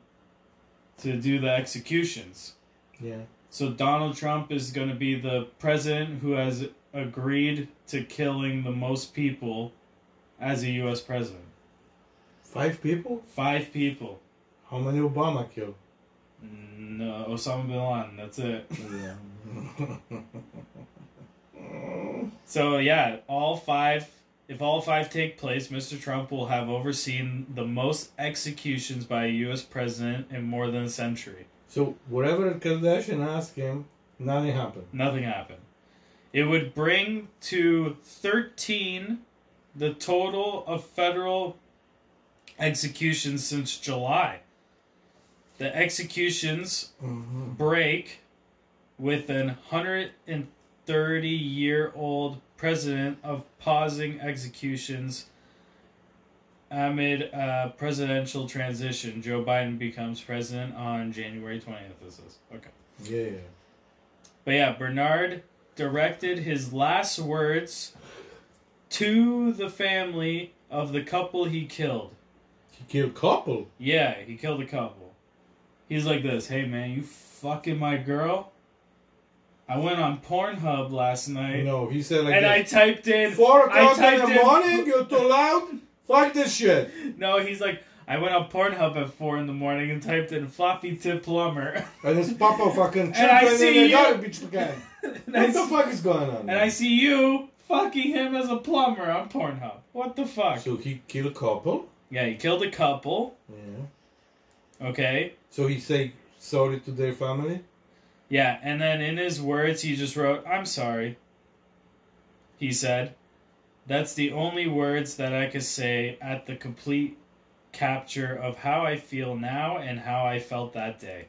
Speaker 1: to do the executions.
Speaker 3: Yeah.
Speaker 1: So Donald Trump is going to be the president who has agreed to killing the most people as a US president.
Speaker 3: Five people.
Speaker 1: 5 people.
Speaker 3: How many Obama killed?
Speaker 1: No, Osama bin Laden, that's it.
Speaker 3: Yeah.
Speaker 1: So yeah, all 5 if all 5 take place, Mr. Trump will have overseen the most executions by a US president in more than a century.
Speaker 3: *laughs* so whatever Kardashian asked him, nothing happened.
Speaker 1: Nothing happened. It would bring to 13 the total of federal executions since July. The executions
Speaker 3: Mm-hmm.
Speaker 1: break with an 130 year old president of pausing executions amid a presidential transition. Joe Biden becomes president on January 20th. This is okay.
Speaker 3: Yeah.
Speaker 1: But yeah, Bernard directed his last words to the family of the couple he killed.
Speaker 3: He killed couple.
Speaker 1: Yeah, he killed a couple. He's like this, hey man, you fucking my girl? I went on Pornhub last night
Speaker 3: No, he said like
Speaker 1: and I
Speaker 3: that.
Speaker 1: typed in
Speaker 3: Four
Speaker 1: I
Speaker 3: o'clock in
Speaker 1: typed
Speaker 3: the morning. You're too loud. Fuck this shit.
Speaker 1: No, he's like I went on Pornhub at four in the morning and typed in floppy tip plumber. *laughs*
Speaker 3: And it's Papa fucking
Speaker 1: And I
Speaker 3: champion
Speaker 1: see
Speaker 3: in a
Speaker 1: you-
Speaker 3: garbage can.
Speaker 1: *laughs* and, I
Speaker 3: What the
Speaker 1: see,
Speaker 3: fuck is going on?
Speaker 1: and I see you fucking him as a plumber on Pornhub. What the fuck?
Speaker 3: So he killed couple.
Speaker 1: Yeah, he killed a couple.
Speaker 3: Yeah.
Speaker 1: Okay.
Speaker 3: So he say sorry to their family.
Speaker 1: Yeah, and then in his words, he just wrote, I'm sorry. He said, That's the only words that I could say at the complete capture of how I feel now and how I felt that day.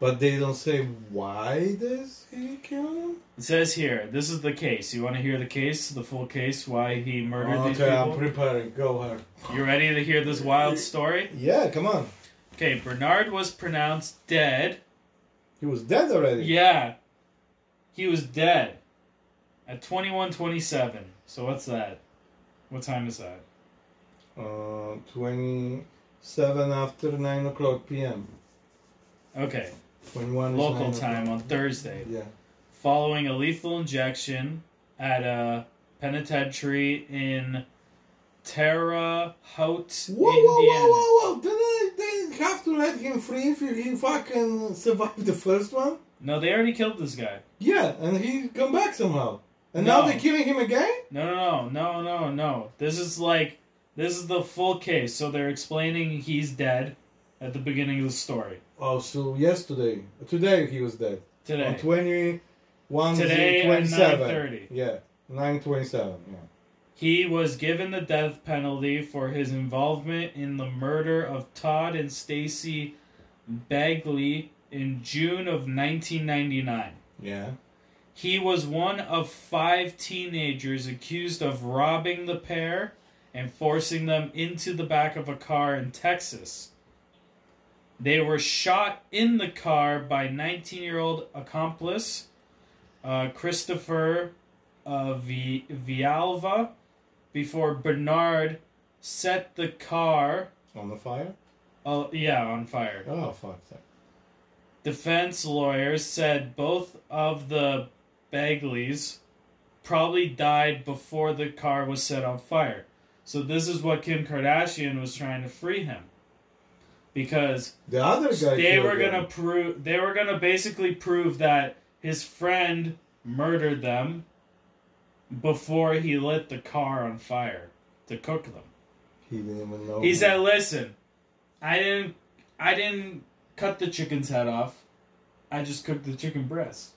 Speaker 3: But they don't say why does he kill him.
Speaker 1: It says here, this is the case. You want to hear the case, the full case, why he murdered these
Speaker 3: Okay, I'm
Speaker 1: people?
Speaker 3: preparing. Go ahead.
Speaker 1: You ready to hear this wild story?
Speaker 3: Yeah, come on.
Speaker 1: Okay, Bernard was pronounced dead
Speaker 3: He was dead already.
Speaker 1: Yeah. He was dead at 21:27. So what's that? What time is that?
Speaker 3: Uh, 27 after 9 o'clock p.m.
Speaker 1: Okay,
Speaker 3: 21 is
Speaker 1: local
Speaker 3: 9
Speaker 1: time on
Speaker 3: o'clock.
Speaker 1: Thursday.
Speaker 3: Yeah.
Speaker 1: Following a lethal injection at a penitentiary in Terre Haute,
Speaker 3: Whoa,
Speaker 1: Indiana.
Speaker 3: whoa, whoa, whoa, whoa! Didn't they, they have to let him free if he fucking survived the first one?
Speaker 1: No, they already killed this guy.
Speaker 3: Yeah, and he come back somehow. And now
Speaker 1: No.
Speaker 3: they're killing him again?
Speaker 1: No, no, no, no, no, no. This is like this is the full case. So they're explaining he's dead. at the beginning of the story.
Speaker 3: Oh, so yesterday, today he was dead. On
Speaker 1: Today.
Speaker 3: 21,
Speaker 1: Today at
Speaker 3: 27.
Speaker 1: 9:30.
Speaker 3: Yeah, 927. Yeah.
Speaker 1: He was given the death penalty for his involvement in the murder of Todd and Stacy Bagley in June of 1999.
Speaker 3: Yeah.
Speaker 1: He was one of five teenagers accused of robbing the pair and forcing them into the back of a car in Texas. They were shot in the car by 19 year old accomplice uh, Christopher uh, v- Vialva before Bernard set the car
Speaker 3: On the fire?
Speaker 1: uh, yeah, on fire.
Speaker 3: Oh, fuck that.
Speaker 1: Defense lawyers said both of the Bagleys probably died before the car was set on fire. So this is what Kim Kardashian was trying to free him. Because
Speaker 3: The other guy.
Speaker 1: they
Speaker 3: killed
Speaker 1: were
Speaker 3: him.
Speaker 1: gonna prove they were gonna basically prove that his friend murdered them before he lit the car on fire to cook them.
Speaker 3: He didn't even know.
Speaker 1: He said, "Listen, I didn't, I didn't cut the chicken's head off. I just cooked the chicken breast."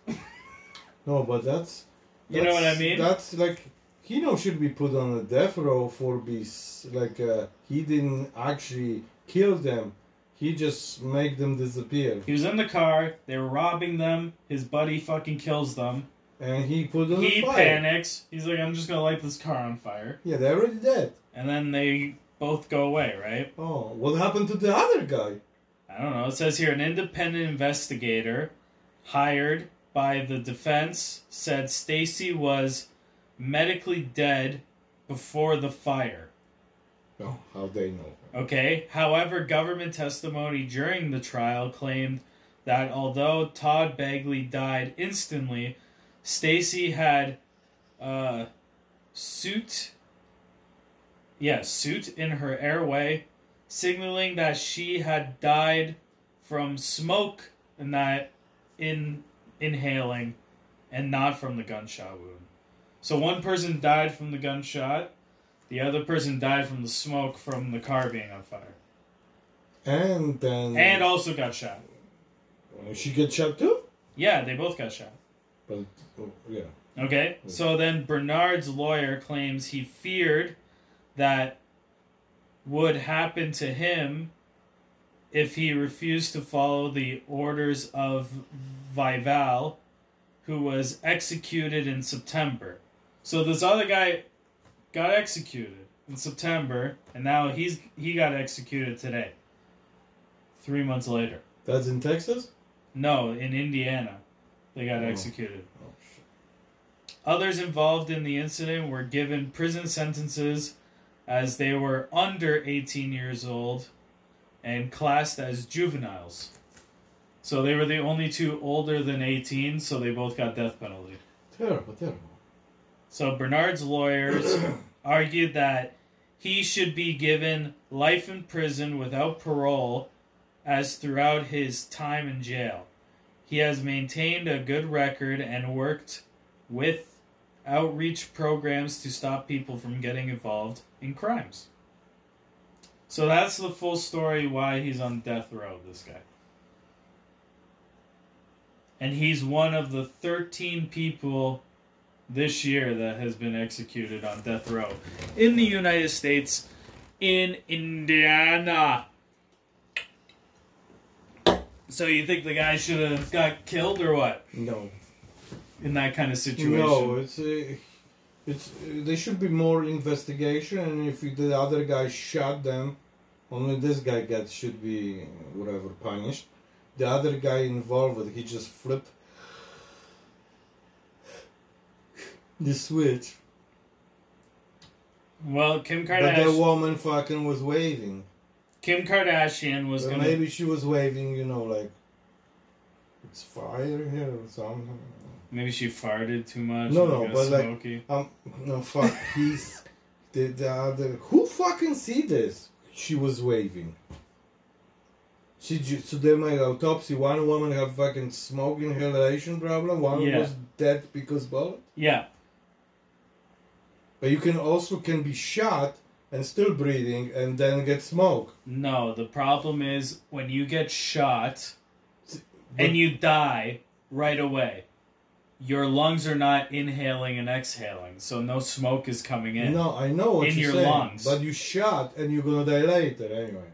Speaker 3: No, but that's.
Speaker 1: You know what I
Speaker 3: that's-
Speaker 1: mean?
Speaker 3: That's like. He no should be put on a death row for this. Like, uh, he didn't actually kill them. He just make them disappear.
Speaker 1: He was in the car. They were robbing them. His buddy fucking kills them.
Speaker 3: And he put them
Speaker 1: He
Speaker 3: on fire.
Speaker 1: panics. He's like, "I'm just gonna light this car on fire,"
Speaker 3: Yeah, they're already dead.
Speaker 1: and then they both go away. Right?
Speaker 3: Oh, what happened to the other guy?
Speaker 1: I don't know. It says here an independent investigator hired by the defense said Stacy was medically dead before the fire.
Speaker 3: Oh, how they know?
Speaker 1: Okay. However, government testimony during the trial claimed that although Todd Bagley died instantly, Stacy had uh, suit. Yeah, suit in her airway, signaling that she had died from smoke and that in inhaling, and not from the gunshot wound. So one person died from the gunshot, the other person died from the smoke from the car being on fire.
Speaker 3: And then. uh,
Speaker 1: And also got shot.
Speaker 3: She get shot too?
Speaker 1: Yeah, they both got shot.
Speaker 3: But, oh, yeah.
Speaker 1: Okay? So then Bernard's lawyer claims he feared that would happen to him if he refused to follow the orders of Vival, who was executed in September. So this other guy got executed in September, and now he's he got executed today. Three months later.
Speaker 3: That's in Texas?
Speaker 1: No, in Indiana, they got
Speaker 3: Oh.
Speaker 1: executed.
Speaker 3: Oh, shit.
Speaker 1: Others involved in the incident were given prison sentences as they were under 18 years old and classed as juveniles. So they were the only two older than 18, so they both got death penalty.
Speaker 3: Terrible, terrible.
Speaker 1: So Bernard's lawyers argued that he should be given life in prison without parole as throughout his time in jail. He has maintained a good record and worked with outreach programs to stop people from getting involved in crimes. So that's the full story why he's on death row, this guy. And he's one of the 13 people this year that has been executed on death row in the United States in Indiana. So you think the guy should have got killed or what
Speaker 3: No.
Speaker 1: in that kind of situation?
Speaker 3: No, it's uh, it's uh, there should be more investigation, and if the other guy shot them, only this guy gets should be whatever punished. The other guy involved, he just flipped the switch,
Speaker 1: Well, Kim
Speaker 3: but that
Speaker 1: Kardashian
Speaker 3: woman fucking was waving.
Speaker 1: Kim Kardashian was
Speaker 3: Or
Speaker 1: going to
Speaker 3: Maybe she was waving, you know, like it's fire here or something.
Speaker 1: maybe she farted too much.
Speaker 3: No,
Speaker 1: and
Speaker 3: no,
Speaker 1: got
Speaker 3: but, like-
Speaker 1: smoky.
Speaker 3: Um, no fuck. He's the, the other. Who fucking see this? She was waving. She ju- so they made autopsy. One woman had fucking smoke inhalation problem. One
Speaker 1: Yeah.
Speaker 3: was dead because bullet.
Speaker 1: Yeah.
Speaker 3: But you can also can be shot and still breathing and then get smoke.
Speaker 1: No, the problem is when you get shot
Speaker 3: But-
Speaker 1: and you die right away. Your lungs are not inhaling and exhaling, so no smoke is coming in.
Speaker 3: No, I know what
Speaker 1: In
Speaker 3: you're
Speaker 1: your
Speaker 3: saying,
Speaker 1: lungs.
Speaker 3: but you shot and you're gonna die later anyway.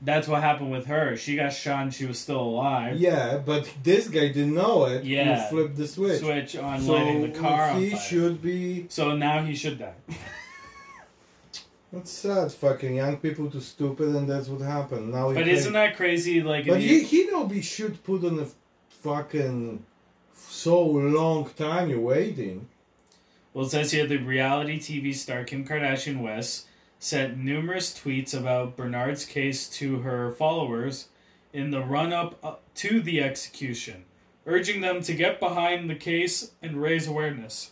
Speaker 1: That's what happened with her. She got shot and she was still alive.
Speaker 3: Yeah, but this guy didn't know it.
Speaker 1: Yeah.
Speaker 3: he flipped the switch.
Speaker 1: Switch, on
Speaker 3: so
Speaker 1: lighting the car on
Speaker 3: he
Speaker 1: fire.
Speaker 3: should be.
Speaker 1: So now he should die.
Speaker 3: That's sad. Fucking young people too stupid, and that's what happened. Now, he
Speaker 1: But
Speaker 3: played-
Speaker 1: isn't that crazy? Like,
Speaker 3: But
Speaker 1: in
Speaker 3: he
Speaker 1: the-
Speaker 3: he know we should put on a fucking so long time you're waiting.
Speaker 1: well, it says here the reality TV star Kim Kardashian West sent numerous tweets about Bernard's case to her followers in the run up to the execution, urging them to get behind the case and raise awareness.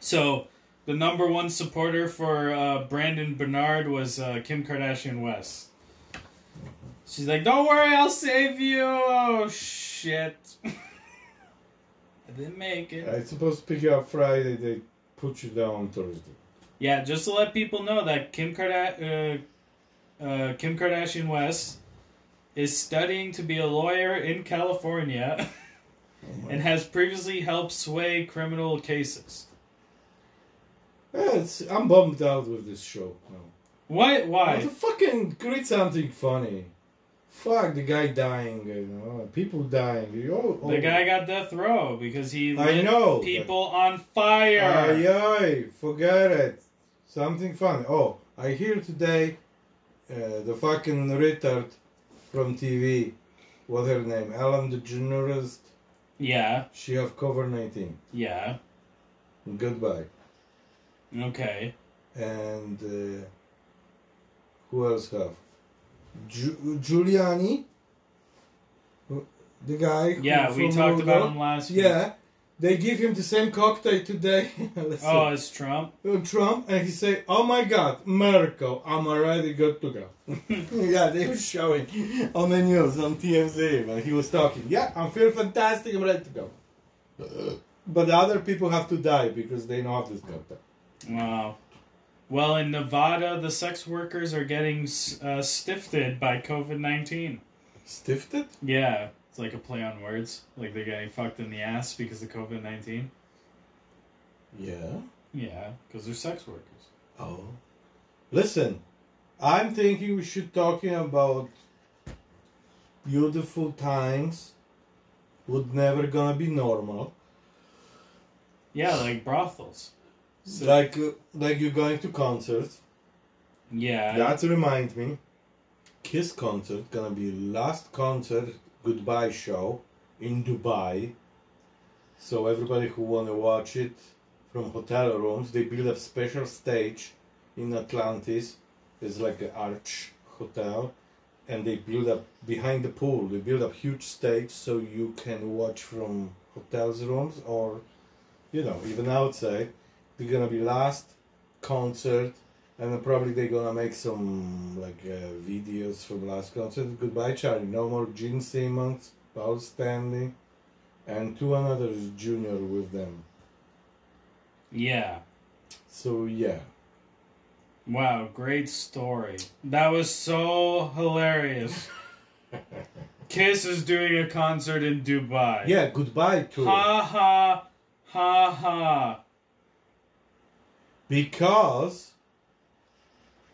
Speaker 1: So, the number one supporter for uh, Brandon Bernard was uh, Kim Kardashian West. She's like, "Don't worry, I'll save you." Oh shit! *laughs* I didn't make it.
Speaker 3: I suppose pick you up Friday. They put you down Thursday.
Speaker 1: Yeah, just to let people know that Kim Karda- uh, uh, Kim Kardashian West is studying to be a lawyer in California *laughs*
Speaker 3: Oh
Speaker 1: and has previously helped sway criminal cases.
Speaker 3: Yeah, it's, I'm bummed out with this show. Now.
Speaker 1: What?
Speaker 3: I
Speaker 1: Why?
Speaker 3: to fucking create something funny. Fuck the guy dying. You know, people dying. You all- all-
Speaker 1: The guy got death row because he
Speaker 3: oh. I
Speaker 1: lit
Speaker 3: know. Uh,
Speaker 1: people on fire.
Speaker 3: Aye, aye, forget it. Something funny. Oh, I hear today uh, the fucking retard from TV. What her name? Ellen DeGeneres.
Speaker 1: Yeah,
Speaker 3: She have cover 19.
Speaker 1: yeah.
Speaker 3: Goodbye.
Speaker 1: Okay.
Speaker 3: And uh, who else have? Ju- Giuliani. Who- The guy. who-
Speaker 1: Yeah, we
Speaker 3: from
Speaker 1: talked about
Speaker 3: Rogan.
Speaker 1: him last week.
Speaker 3: Yeah, they give him the same cocktail today. *laughs* Listen.
Speaker 1: Oh, it's Trump.
Speaker 3: Uh, Trump and he said, "Oh my God, miracle! I'm already good to go." *laughs* yeah, they were showing on the news on TMZ, and he was talking. Yeah, I feel fantastic. I'm ready to go. Uh, But other people have to die because they know how this got done.
Speaker 1: Wow. Well, in Nevada, the sex workers are getting uh, stifted by COVID 19.
Speaker 3: Stifted?
Speaker 1: Yeah, it's like a play on words. Like they're getting fucked in the ass because of COVID 19.
Speaker 3: Yeah.
Speaker 1: Yeah, because they're sex workers.
Speaker 3: Oh. Listen, I'm thinking we should talking about beautiful times would never gonna be normal.
Speaker 1: Yeah, like brothels.
Speaker 3: like uh, like you're going to concerts.
Speaker 1: Yeah.
Speaker 3: That reminds me, Kiss concert gonna be last concert goodbye show in Dubai. So everybody who wanna watch it from hotel rooms, they build a special stage in Atlantis. It's like an arch hotel, and they build up behind the pool. They build up huge stage so you can watch from hotels rooms or, you know, even outside. They're gonna be last concert and then probably they're gonna make some like uh, videos from last concert. Goodbye, Charlie. No more Gene Simmons, Paul Stanley, and two others junior with them.
Speaker 1: Yeah.
Speaker 3: So yeah,
Speaker 1: Wow, great story. That was so *laughs* hilarious. Kiss is doing a concert in Dubai.
Speaker 3: yeah. Goodbye tour
Speaker 1: Ha ha. Ha ha.
Speaker 3: because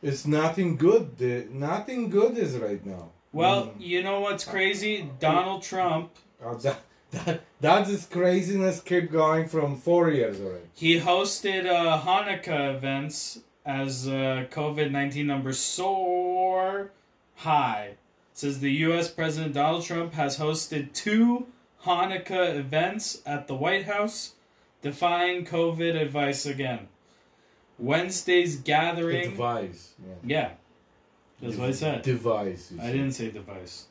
Speaker 3: it's nothing good. The, nothing good is right now.
Speaker 1: Well, you know what's crazy? Donald Trump
Speaker 3: Uh, that, that that is craziness. Keep going from four years already.
Speaker 1: He hosted uh, Hanukkah events as uh, COVID 19 numbers soar high. says the U.S. President Donald Trump has hosted two Hanukkah events at the White House, defying COVID advice again. Wednesday's gathering.
Speaker 3: Device. Yeah.
Speaker 1: yeah, that's what I said.
Speaker 3: Device. you
Speaker 1: I
Speaker 3: said.
Speaker 1: didn't say device.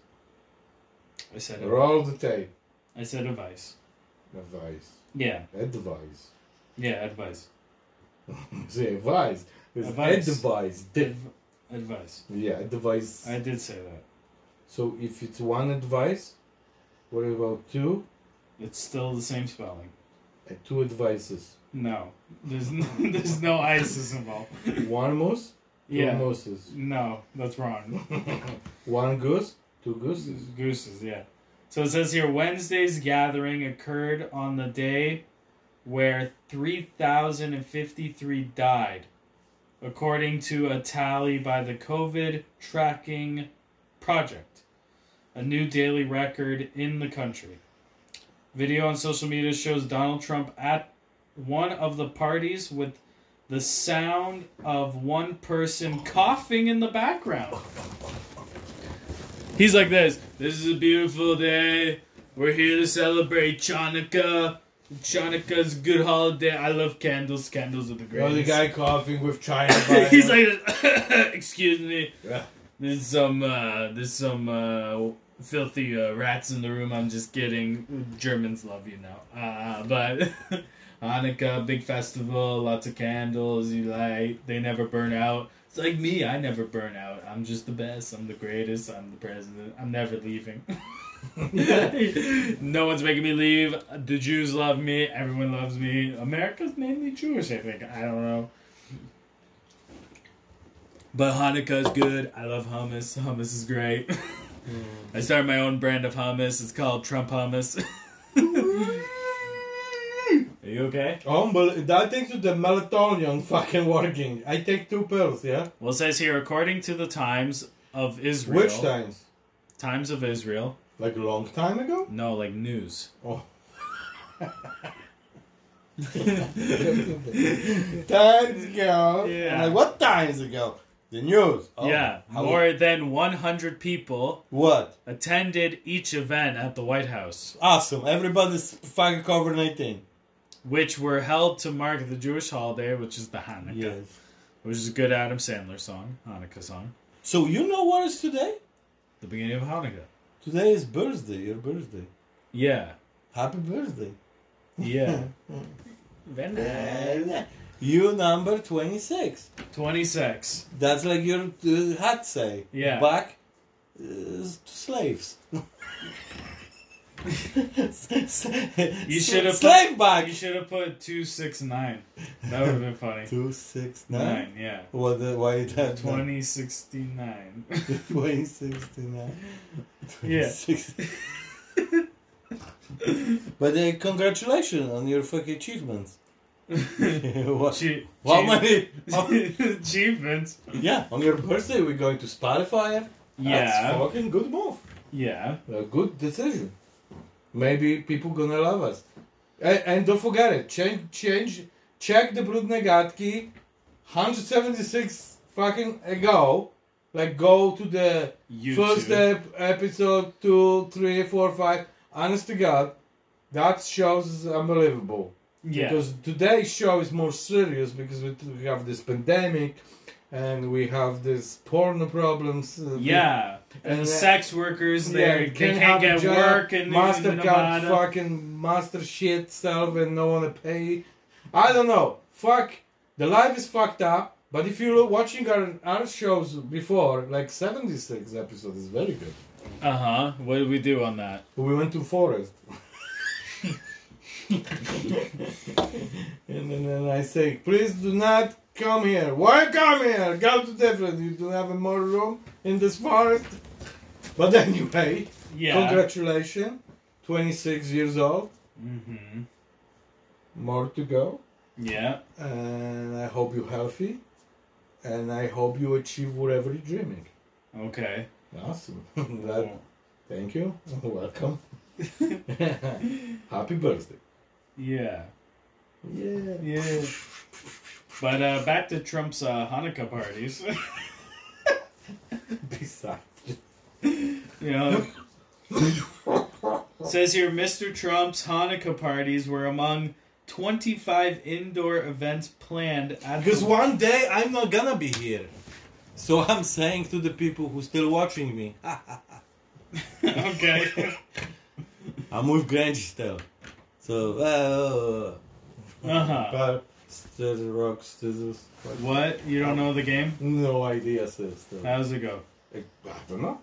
Speaker 1: I said
Speaker 3: Roll the tape.
Speaker 1: I said advice.
Speaker 3: Device.
Speaker 1: Yeah,
Speaker 3: Advice.
Speaker 1: yeah, advice,
Speaker 3: Say advice. It's
Speaker 1: Advice.
Speaker 3: advice. Div-
Speaker 1: advice.
Speaker 3: yeah, advice.
Speaker 1: I did say that.
Speaker 3: so if it's one advice, what about two?
Speaker 1: It's still the same spelling.
Speaker 3: Uh, two advices.
Speaker 1: *laughs* No, there's no, there's no ISIS involved.
Speaker 3: one moose,
Speaker 1: Yeah.
Speaker 3: Two mooses. *laughs*
Speaker 1: No, that's wrong.
Speaker 3: One goose, two gooses.
Speaker 1: Gooses, yeah. So it says here Wednesday's gathering occurred on the day where 3,053 died, according to a tally by the COVID tracking project, a new daily record in the country. Video on social media shows Donald Trump at one of the parties with the sound of one person coughing in the background. He's like this. This is a beautiful day. We're here to celebrate Chanukah. Chanukah's a good holiday. I love candles. Candles are the
Speaker 3: You know,
Speaker 1: greatest.
Speaker 3: the guy coughing with China.
Speaker 1: *laughs*
Speaker 3: virus.
Speaker 1: He's like, this, *laughs* excuse me.
Speaker 3: Yeah.
Speaker 1: There's some, uh, there's some uh, filthy uh, rats in the room. I'm just kidding. Germans love you now. Uh, but *laughs* Hanukkah, big festival, lots of candles. You light. They never burn out. It's like me. I never burn out. I'm just the best. I'm the greatest. I'm the president. I'm never leaving. *laughs* no one's making me leave. The Jews love me. Everyone loves me. America's mainly Jewish, I think. I don't know. But Hanukkah is good. I love hummus. Hummus is great.
Speaker 3: Mm.
Speaker 1: *laughs* I started my own brand of hummus. It's called Trump Hummus. *laughs* Are you okay?
Speaker 3: Humble. That thing to the melatonin fucking working. I take two pills, yeah?
Speaker 1: Well, it says here, according to the times of Israel.
Speaker 3: Which times?
Speaker 1: Times of Israel.
Speaker 3: Like a long time ago?
Speaker 1: No, like news.
Speaker 3: Oh. times ago.
Speaker 1: Yeah.
Speaker 3: I'm Like, what times ago? The news. Oh,
Speaker 1: yeah,
Speaker 3: how-
Speaker 1: more than 100 people
Speaker 3: What?
Speaker 1: attended each event at the White House,
Speaker 3: Awesome. Everybody's fucking covered 19.
Speaker 1: which were held to mark the Jewish holiday, which is the Hanukkah,
Speaker 3: Yes.
Speaker 1: which is a good Adam Sandler song, Hanukkah song,
Speaker 3: So you know what is today?
Speaker 1: the beginning of Hanukkah.
Speaker 3: Today is birthday, your birthday.
Speaker 1: Yeah.
Speaker 3: Happy birthday.
Speaker 1: *laughs* Yeah.
Speaker 3: You number 26.
Speaker 1: 26.
Speaker 3: That's like your uh, hat say.
Speaker 1: Yeah.
Speaker 3: Back uh, to slaves. *laughs* you
Speaker 1: You should have
Speaker 3: slave back.
Speaker 1: You should have put 269. That would have been funny.
Speaker 3: Two six nine.
Speaker 1: Nine, yeah.
Speaker 3: What? The, why it have
Speaker 1: 2069.
Speaker 3: *laughs* Twenty sixty nine.
Speaker 1: *laughs*
Speaker 3: *laughs*
Speaker 1: Yeah.
Speaker 3: but uh, congratulations on your fucking
Speaker 1: *laughs*
Speaker 3: achievements. what?
Speaker 1: Achie-
Speaker 3: How
Speaker 1: achie- *laughs*
Speaker 3: many? how-
Speaker 1: Achievements.
Speaker 3: yeah, on your birthday we're going to Spotify. That's
Speaker 1: Yeah.
Speaker 3: fucking good move.
Speaker 1: Yeah.
Speaker 3: A good decision. Maybe people gonna love us. And, and don't forget it. Change, change, check the Brudne Gatki, 176 fucking ago. Like go to the
Speaker 1: YouTube.
Speaker 3: first ep- episode two, three, four, five. Honest to God, that shows is unbelievable.
Speaker 1: Yeah.
Speaker 3: Because today's show is more serious because we, we have this pandemic, and we have this porn problems. uh,
Speaker 1: yeah. And the
Speaker 3: and, uh,
Speaker 1: sex workers, they, they can't
Speaker 3: have
Speaker 1: get
Speaker 3: a job,
Speaker 1: work and
Speaker 3: Mastercard fucking master shit self and no wanna pay. I don't know. Fuck. The life is fucked up. But if you're watching our, our shows before, like 76 episode is very good.
Speaker 1: Uh huh. What did we do on that?
Speaker 3: We went to forest. and then, then I say, please do not come here. Why come here? Go to different. You don't have more room in this forest. But anyway,
Speaker 1: Yeah.
Speaker 3: Congratulations, 26 years old,
Speaker 1: Mm-hmm.
Speaker 3: more to go.
Speaker 1: Yeah.
Speaker 3: And I hope you're healthy. And I hope you achieve whatever you're dreaming.
Speaker 1: Okay.
Speaker 3: Awesome. *laughs* That- thank you. *laughs* Welcome. Happy birthday.
Speaker 1: Yeah.
Speaker 3: Yeah.
Speaker 1: Yeah. But uh, back to Trump's uh, Hanukkah parties.
Speaker 3: *laughs*
Speaker 1: *laughs*
Speaker 3: Besides.
Speaker 1: you know, says here, Mr. Trump's Hanukkah parties were among 25 indoor events planned at
Speaker 3: Because
Speaker 1: the-
Speaker 3: one day I'm not gonna be here. So I'm saying to the people who still watching me,
Speaker 1: *laughs* okay.
Speaker 3: I'm with Grange still. So, uh,
Speaker 1: Uh-huh.
Speaker 3: but scissors, rock, scissors.
Speaker 1: What? You don't know the game?
Speaker 3: No idea, sister.
Speaker 1: How's it go?
Speaker 3: I don't know.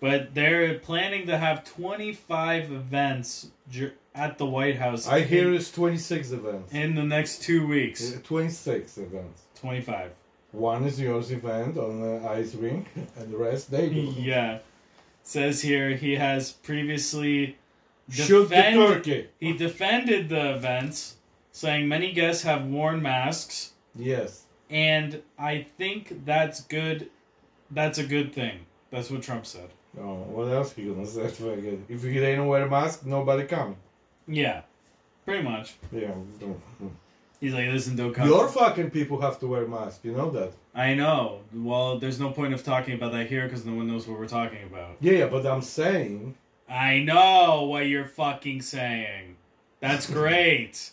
Speaker 1: But they're planning to have 25 events dur- at the White House.
Speaker 3: I hear
Speaker 1: in,
Speaker 3: it's 26 events.
Speaker 1: in the next two weeks.
Speaker 3: Uh, 26 events.
Speaker 1: Twenty five.
Speaker 3: One is yours event on the ice rink, and the rest they do.
Speaker 1: Yeah. Says here he has previously
Speaker 3: Shoot the
Speaker 1: defend-
Speaker 3: turkey.
Speaker 1: He defended the events, saying many guests have worn masks,
Speaker 3: Yes.
Speaker 1: and I think that's good. That's a good thing. That's what Trump said.
Speaker 3: Oh, what else you gonna say? *laughs* Fucking- If you didn't wear a mask, nobody come.
Speaker 1: Yeah, pretty much.
Speaker 3: Yeah. don't-
Speaker 1: He's like, listen, don't come.
Speaker 3: Your fucking people have to wear mask. You know that.
Speaker 1: I know. Well, there's no point of talking about that here because no one knows what we're talking about.
Speaker 3: Yeah, yeah, but I'm saying
Speaker 1: I know what you're fucking saying. That's
Speaker 3: *laughs*
Speaker 1: great.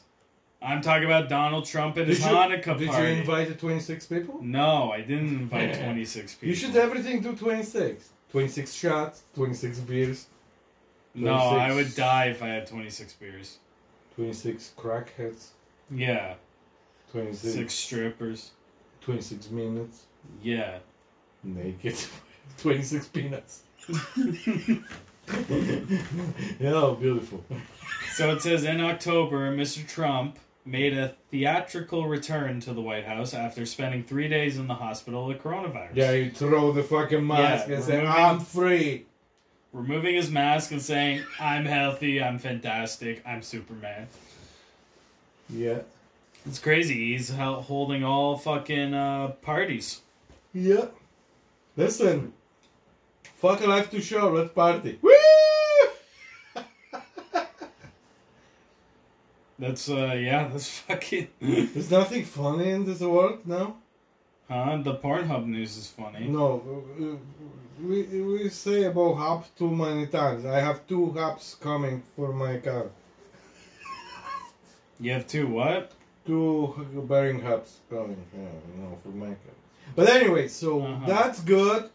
Speaker 1: I'm talking about Donald Trump at his
Speaker 3: Did you-
Speaker 1: Hanukkah
Speaker 3: Did
Speaker 1: party.
Speaker 3: you invite the 26 people?
Speaker 1: no, I didn't invite 26 people.
Speaker 3: You should everything do 26. 26 shots, 26 beers,
Speaker 1: No, I
Speaker 3: 26.
Speaker 1: would die if I had 26 beers.
Speaker 3: 26 crackheads,
Speaker 1: Yeah,
Speaker 3: 26,
Speaker 1: six strippers.
Speaker 3: 26 minutes,
Speaker 1: Yeah.
Speaker 3: naked, *laughs* 26 peanuts. *laughs* yeah, beautiful.
Speaker 1: So it says in October, Mr. Trump made a theatrical return to the White House after spending three days in the hospital with coronavirus.
Speaker 3: Yeah, you throw the fucking mask
Speaker 1: Yeah,
Speaker 3: and say,
Speaker 1: removing-
Speaker 3: I'm free.
Speaker 1: removing his mask and saying, I'm healthy, I'm fantastic, I'm Superman.
Speaker 3: Yeah.
Speaker 1: It's crazy. He's hel- holding all fucking uh, parties.
Speaker 3: Yeah. Listen. Fuck a life to show. Let's party. Woo!
Speaker 1: That's, uh, yeah, that's *laughs* fucking.
Speaker 3: There's nothing funny in this world now.
Speaker 1: huh? The Pornhub news is funny.
Speaker 3: No, uh, we, we say about hub too many times. I have two hubs coming for my car.
Speaker 1: You have two what?
Speaker 3: Two bearing hubs coming, yeah, you know, for my car. But anyway, so
Speaker 1: Uh-huh.
Speaker 3: that's good.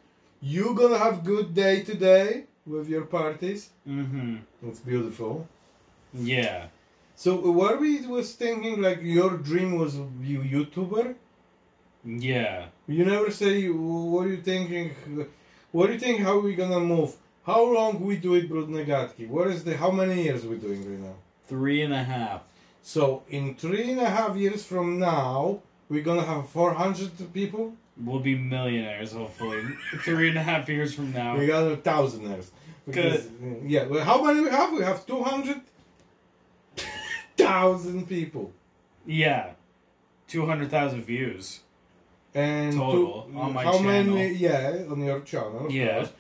Speaker 3: you gonna have good day today with your parties.
Speaker 1: Mm
Speaker 3: Mm-hmm.
Speaker 1: hmm.
Speaker 3: It's beautiful.
Speaker 1: Yeah.
Speaker 3: So were we was thinking like your dream was you YouTuber?
Speaker 1: Yeah.
Speaker 3: You never say you- what are you thinking. What do you think? How we gonna move? How long we do it, Brudnegatki? What is the how many years we doing right now?
Speaker 1: Three and a half.
Speaker 3: So in three and a half years from now, we're gonna have four hundred people.
Speaker 1: We'll be millionaires,
Speaker 3: *laughs*
Speaker 1: hopefully. Three and a half years from
Speaker 3: We
Speaker 1: now.
Speaker 3: got a thousandaires. Because, yeah. Well, how many we have? We have two hundred thousand people
Speaker 1: Yeah. 200,000 views.
Speaker 3: and
Speaker 1: Total,
Speaker 3: two-
Speaker 1: on my
Speaker 3: how
Speaker 1: channel.
Speaker 3: many? Yeah, on your channel. of
Speaker 1: Yeah.
Speaker 3: course.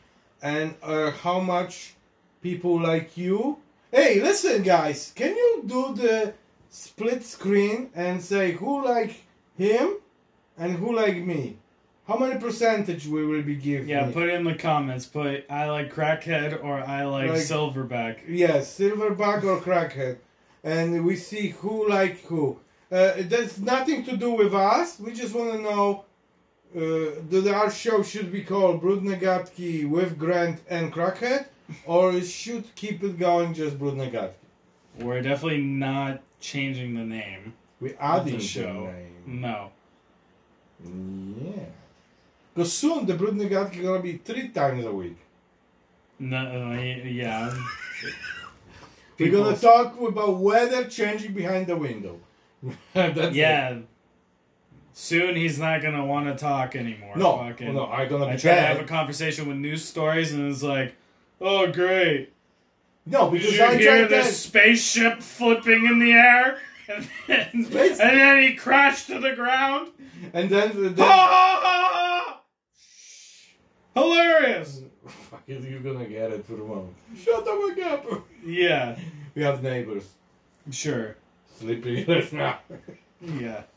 Speaker 3: and uh, how much people like you. Hey, listen, guys, can you do the split screen and say who like him and who like me? How many percentage we will be giving?
Speaker 1: Yeah, put in the comments. Put, I like crackhead or I like,
Speaker 3: Like-
Speaker 1: silverback.
Speaker 3: yes, silverback or crackhead, and we see who like who. Uh, that's nothing to do with us. We just want to know. Uh, that our show should be called Brudnegatki with Grant and Crackhead, or it should keep it going just Brudnegatki?
Speaker 1: We're definitely not changing the name.
Speaker 3: We adding
Speaker 1: the show. No.
Speaker 3: Name. Yeah. Because soon the Brudnegatki is gonna be three times a week.
Speaker 1: No. uh, Yeah.
Speaker 3: We're gonna
Speaker 1: People's-
Speaker 3: talk about weather changing behind the window. *laughs* *laughs* That's it.
Speaker 1: yeah. Soon he's not gonna want to talk anymore.
Speaker 3: No,
Speaker 1: Fucking-
Speaker 3: no, I'm gonna
Speaker 1: I
Speaker 3: be
Speaker 1: try to have a
Speaker 3: bad.
Speaker 1: conversation with news stories, and it's like, oh great,
Speaker 3: No,
Speaker 1: did
Speaker 3: because
Speaker 1: you
Speaker 3: I
Speaker 1: hear
Speaker 3: tried
Speaker 1: this
Speaker 3: this.
Speaker 1: spaceship flipping in the air? *laughs* And then, and
Speaker 3: Space-
Speaker 1: then he crashed to the ground.
Speaker 3: And then,
Speaker 1: Ha,
Speaker 3: then
Speaker 1: ha, ha, ha! Hilarious.
Speaker 3: Fuck it, you're gonna get it for a moment. Shut the fuck up.
Speaker 1: Yeah.
Speaker 3: We have neighbors
Speaker 1: Sure.
Speaker 3: sleeping right now.
Speaker 1: Yeah. *laughs*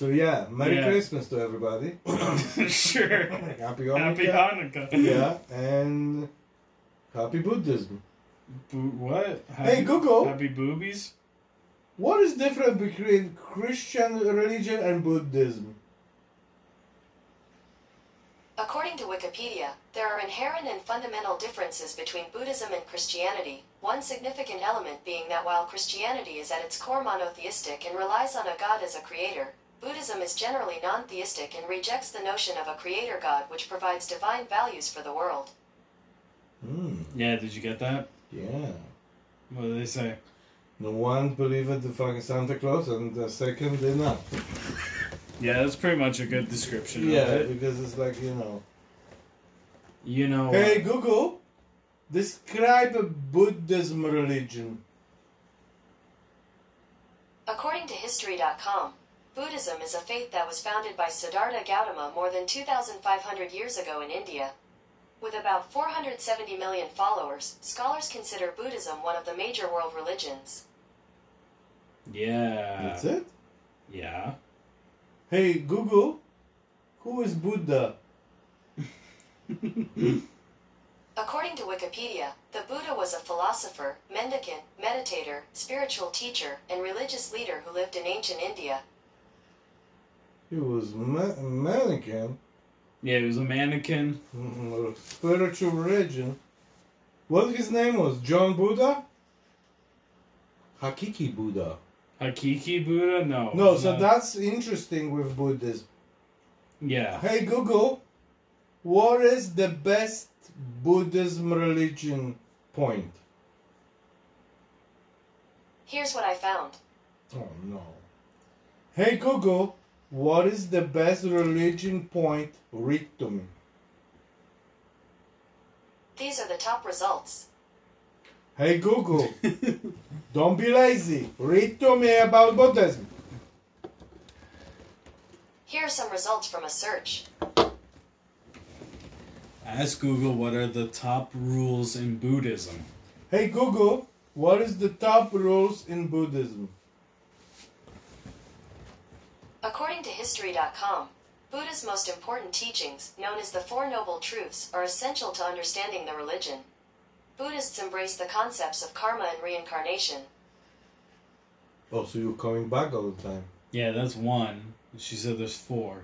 Speaker 3: So yeah, Merry
Speaker 1: Yeah.
Speaker 3: Christmas to *coughs* everybody.
Speaker 1: sure. Happy
Speaker 3: Happy Hanukkah.
Speaker 1: Hanukkah.
Speaker 3: yeah, and happy Buddhism.
Speaker 1: Boo- what?
Speaker 3: Hey, Google.
Speaker 1: Happy boobies?
Speaker 3: What is different between Christian religion and Buddhism?
Speaker 6: According to Wikipedia, there are inherent and fundamental differences between Buddhism and Christianity, one significant element being that while Christianity is at its core monotheistic and relies on a god as a creator, Buddhism is generally non theistic and rejects the notion of a creator god which provides divine values for the world.
Speaker 3: Hmm.
Speaker 1: Yeah, did you get that?
Speaker 3: Yeah.
Speaker 1: What do they say?
Speaker 3: No one believed the fucking Santa Claus, and the second did not.
Speaker 1: Yeah, that's pretty much a good description. of
Speaker 3: Yeah,
Speaker 1: it.
Speaker 3: because it's like you know.
Speaker 1: You know. what?
Speaker 3: Hey Google, describe a Buddhism religion.
Speaker 6: According to History.com, Buddhism is a faith that was founded by Siddhartha Gautama more than 2,500 years ago in India. With about 470 million followers, scholars consider Buddhism one of the major world religions.
Speaker 1: Yeah.
Speaker 3: That's it.
Speaker 1: Yeah.
Speaker 3: Hey Google, who is Buddha?
Speaker 6: According to Wikipedia, the Buddha was a philosopher, mendicant, meditator, spiritual teacher, and religious leader who lived in ancient India.
Speaker 3: He was ma- mannequin,
Speaker 1: *laughs* Yeah, he was a mannequin.
Speaker 3: mm, spiritual religion. What his name was? John Buddha. Hakiki Buddha.
Speaker 1: Hakiki Buddha? No.
Speaker 3: No, so
Speaker 1: not-
Speaker 3: that's interesting with Buddhism. *laughs*
Speaker 1: Yeah.
Speaker 3: Hey Google, what is the best Buddhism religion point?
Speaker 6: Here's what I found.
Speaker 3: Oh no. Hey Google, what is the best religion point? Read to me.
Speaker 6: These are the top results.
Speaker 3: Hey Google, don't be lazy. Read to me about Buddhism.
Speaker 6: Here are some results from a search.
Speaker 1: Ask Google what are the top rules in Buddhism.
Speaker 3: Hey Google, what is the top rules in Buddhism?
Speaker 6: According to History.com, Buddha's most important teachings, known as the Four Noble Truths, are essential to understanding the religion. Buddhists embrace the concepts of karma and reincarnation.
Speaker 3: Oh, so you're coming back all the time?
Speaker 1: Yeah, that's one. She said there's four.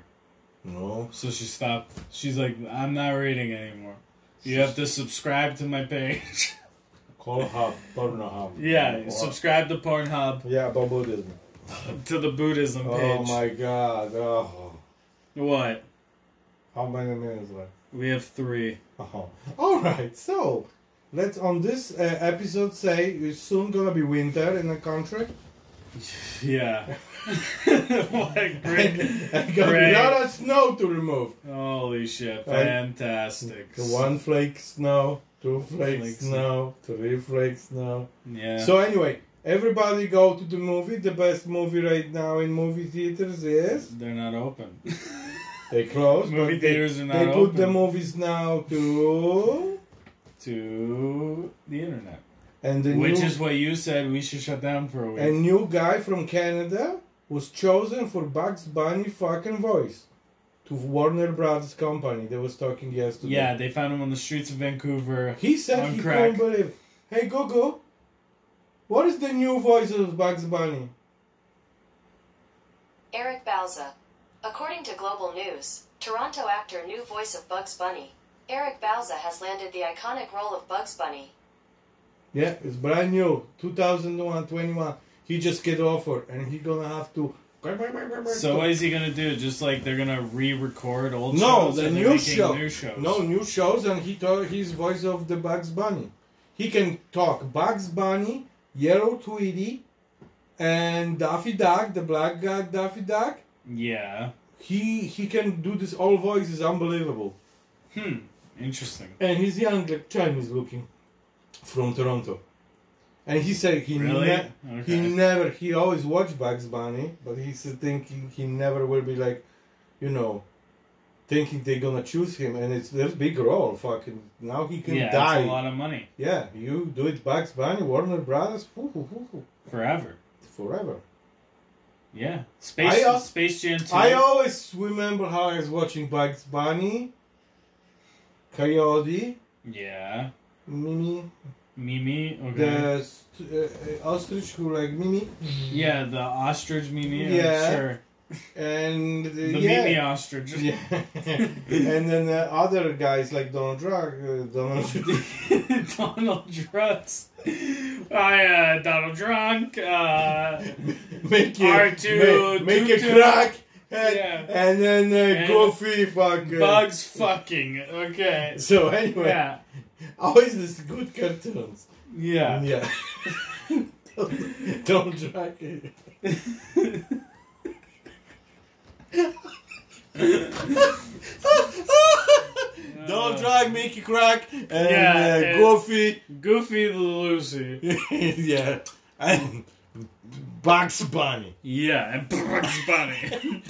Speaker 3: No.
Speaker 1: So she stopped. She's like, I'm not reading anymore. You have to subscribe to my page. *laughs*
Speaker 3: Call Hub, Pornhub.
Speaker 1: yeah,
Speaker 3: Or-
Speaker 1: subscribe to Pornhub
Speaker 3: Yeah, about Buddhism.
Speaker 1: to the Buddhism page.
Speaker 3: Oh my god. Oh.
Speaker 1: What?
Speaker 3: How many minutes left?
Speaker 1: We have three. *laughs*
Speaker 3: Oh. All right. So, let's on this uh, episode say it's soon gonna be winter in the country. *laughs*
Speaker 1: Yeah. *laughs* what a
Speaker 3: *laughs*
Speaker 1: great.
Speaker 3: And gonna be
Speaker 1: Great.
Speaker 3: a lot of snow to remove.
Speaker 1: Holy shit.
Speaker 3: Right.
Speaker 1: Fantastic.
Speaker 3: The one flake snow, two flakes
Speaker 1: Flake
Speaker 3: snow, three flakes snow.
Speaker 1: Yeah.
Speaker 3: So anyway, everybody go to the movie. The best movie right now in movie theaters is
Speaker 1: They're not open. *laughs*
Speaker 3: they closed.
Speaker 1: Movie
Speaker 3: but they-
Speaker 1: theaters are not
Speaker 3: They put the
Speaker 1: open.
Speaker 3: movies now to
Speaker 1: to the internet.
Speaker 3: and the
Speaker 1: Which
Speaker 3: new-
Speaker 1: is what you said we should shut down for a week.
Speaker 3: A new guy from Canada was chosen for Bugs Bunny fucking voice to Warner Brothers company that was talking yesterday.
Speaker 1: yeah, they found him on the streets of Vancouver.
Speaker 3: He said
Speaker 1: On
Speaker 3: he
Speaker 1: crack.
Speaker 3: couldn't believe. Hey Google, what is the new voice of Bugs Bunny?
Speaker 6: Eric Bauza. According to Global News, Toronto actor new voice of Bugs Bunny, Eric Bauza has landed the iconic role of Bugs Bunny.
Speaker 3: Yeah, it's brand new, 2001, 21. He just get offer and he gonna have to.
Speaker 1: So what is he gonna do? Just like they're gonna re-record old
Speaker 3: no,
Speaker 1: shows?
Speaker 3: the
Speaker 1: and they're
Speaker 3: new
Speaker 1: making
Speaker 3: show.
Speaker 1: New shows.
Speaker 3: No new shows, and he told his voice of the Bugs Bunny. He can talk Bugs Bunny, Yellow Tweety, and Daffy Duck, the black guy Daffy Duck.
Speaker 1: Yeah.
Speaker 3: He he can do this. All voice is unbelievable,
Speaker 1: Hmm. Interesting.
Speaker 3: and he's young, like Chinese looking, from Toronto. And he said he
Speaker 1: Really?
Speaker 3: ne- he
Speaker 1: Okay.
Speaker 3: never he always watched Bugs Bunny, but he's thinking he never will be like, you know, thinking they're gonna choose him, and it's this big role. Fucking now he can
Speaker 1: Yeah,
Speaker 3: die.
Speaker 1: that's a lot of money
Speaker 3: Yeah, you do it, Bugs Bunny, Warner Brothers, hoo, hoo, hoo, hoo,
Speaker 1: forever.
Speaker 3: forever.
Speaker 1: Yeah. Space
Speaker 3: I al-
Speaker 1: Space Jam Two.
Speaker 3: I always remember how I was watching Bugs Bunny, Coyote,
Speaker 1: yeah.
Speaker 3: Mimi,
Speaker 1: Mimi. Okay.
Speaker 3: the st- uh, uh, ostrich who like Mimi,
Speaker 1: yeah, the ostrich Mimi.
Speaker 3: Yeah.
Speaker 1: Sure.
Speaker 3: and uh,
Speaker 1: The
Speaker 3: yeah. *laughs*
Speaker 1: Mimi ostrich.
Speaker 3: Yeah. *laughs* and then uh, other guys like Donald Trump, uh, Donald *laughs*
Speaker 1: *laughs* Donald Drugs. I uh, Donald Drunk. Uh,
Speaker 3: make
Speaker 1: R2,
Speaker 3: it make, make
Speaker 1: two,
Speaker 3: a
Speaker 1: two.
Speaker 3: crack, and,
Speaker 1: Yeah.
Speaker 3: and then uh,
Speaker 1: And
Speaker 3: goofy fuck uh,
Speaker 1: bugs fucking. Okay.
Speaker 3: So anyway,
Speaker 1: Yeah.
Speaker 3: always this good cartoons.
Speaker 1: Yeah.
Speaker 3: *laughs* Yeah. don't, don't drag
Speaker 1: *laughs*
Speaker 3: it. *laughs* don't drag Mickey Crack and
Speaker 1: Yeah,
Speaker 3: uh,
Speaker 1: and-
Speaker 3: Goofy.
Speaker 1: Goofy Lucy.
Speaker 3: *laughs* yeah. And Bugs
Speaker 5: *coughs*
Speaker 3: Bunny.
Speaker 1: Yeah, and Bugs Bunny.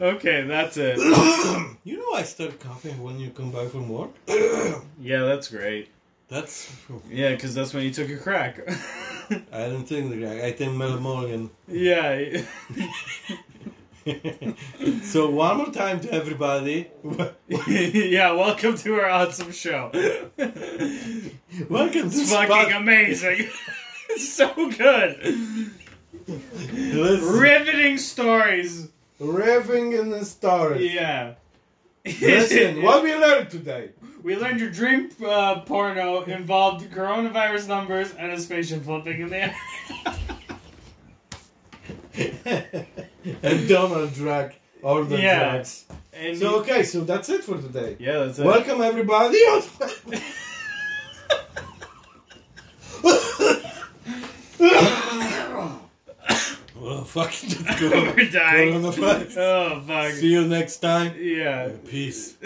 Speaker 1: *laughs* okay, that's it.
Speaker 3: You know I start coughing when you come back from work?
Speaker 1: Yeah, that's great.
Speaker 3: *coughs* That's...
Speaker 1: Yeah, because that's when you took your crack. *laughs*
Speaker 3: I don't think the guy. I think Mel Morgan. *laughs*
Speaker 1: yeah. *laughs*
Speaker 3: so one more time to everybody. *laughs*
Speaker 1: yeah, welcome to our awesome show. *laughs* it's
Speaker 3: Welcome to
Speaker 1: fucking
Speaker 3: Spot.
Speaker 1: amazing. *laughs* it's so good.
Speaker 3: Listen.
Speaker 1: Riveting stories.
Speaker 5: Revving in the
Speaker 1: *laughs*
Speaker 5: story.
Speaker 1: Yeah. *laughs*
Speaker 5: Listen, what we learned
Speaker 3: *laughs*
Speaker 5: today.
Speaker 1: We learned your dream uh, porno involved coronavirus numbers and a spaceship flipping in the air. *laughs*
Speaker 3: and Donald Drag all the
Speaker 1: Yeah.
Speaker 3: drugs.
Speaker 1: And
Speaker 5: So okay, so that's it for today.
Speaker 1: yeah, that's it.
Speaker 5: Welcome everybody.
Speaker 3: Well, fucking
Speaker 1: *laughs* We're dying.
Speaker 3: coronavirus.
Speaker 1: Oh fuck.
Speaker 5: *laughs*
Speaker 3: See you next time.
Speaker 1: Yeah.
Speaker 3: Peace.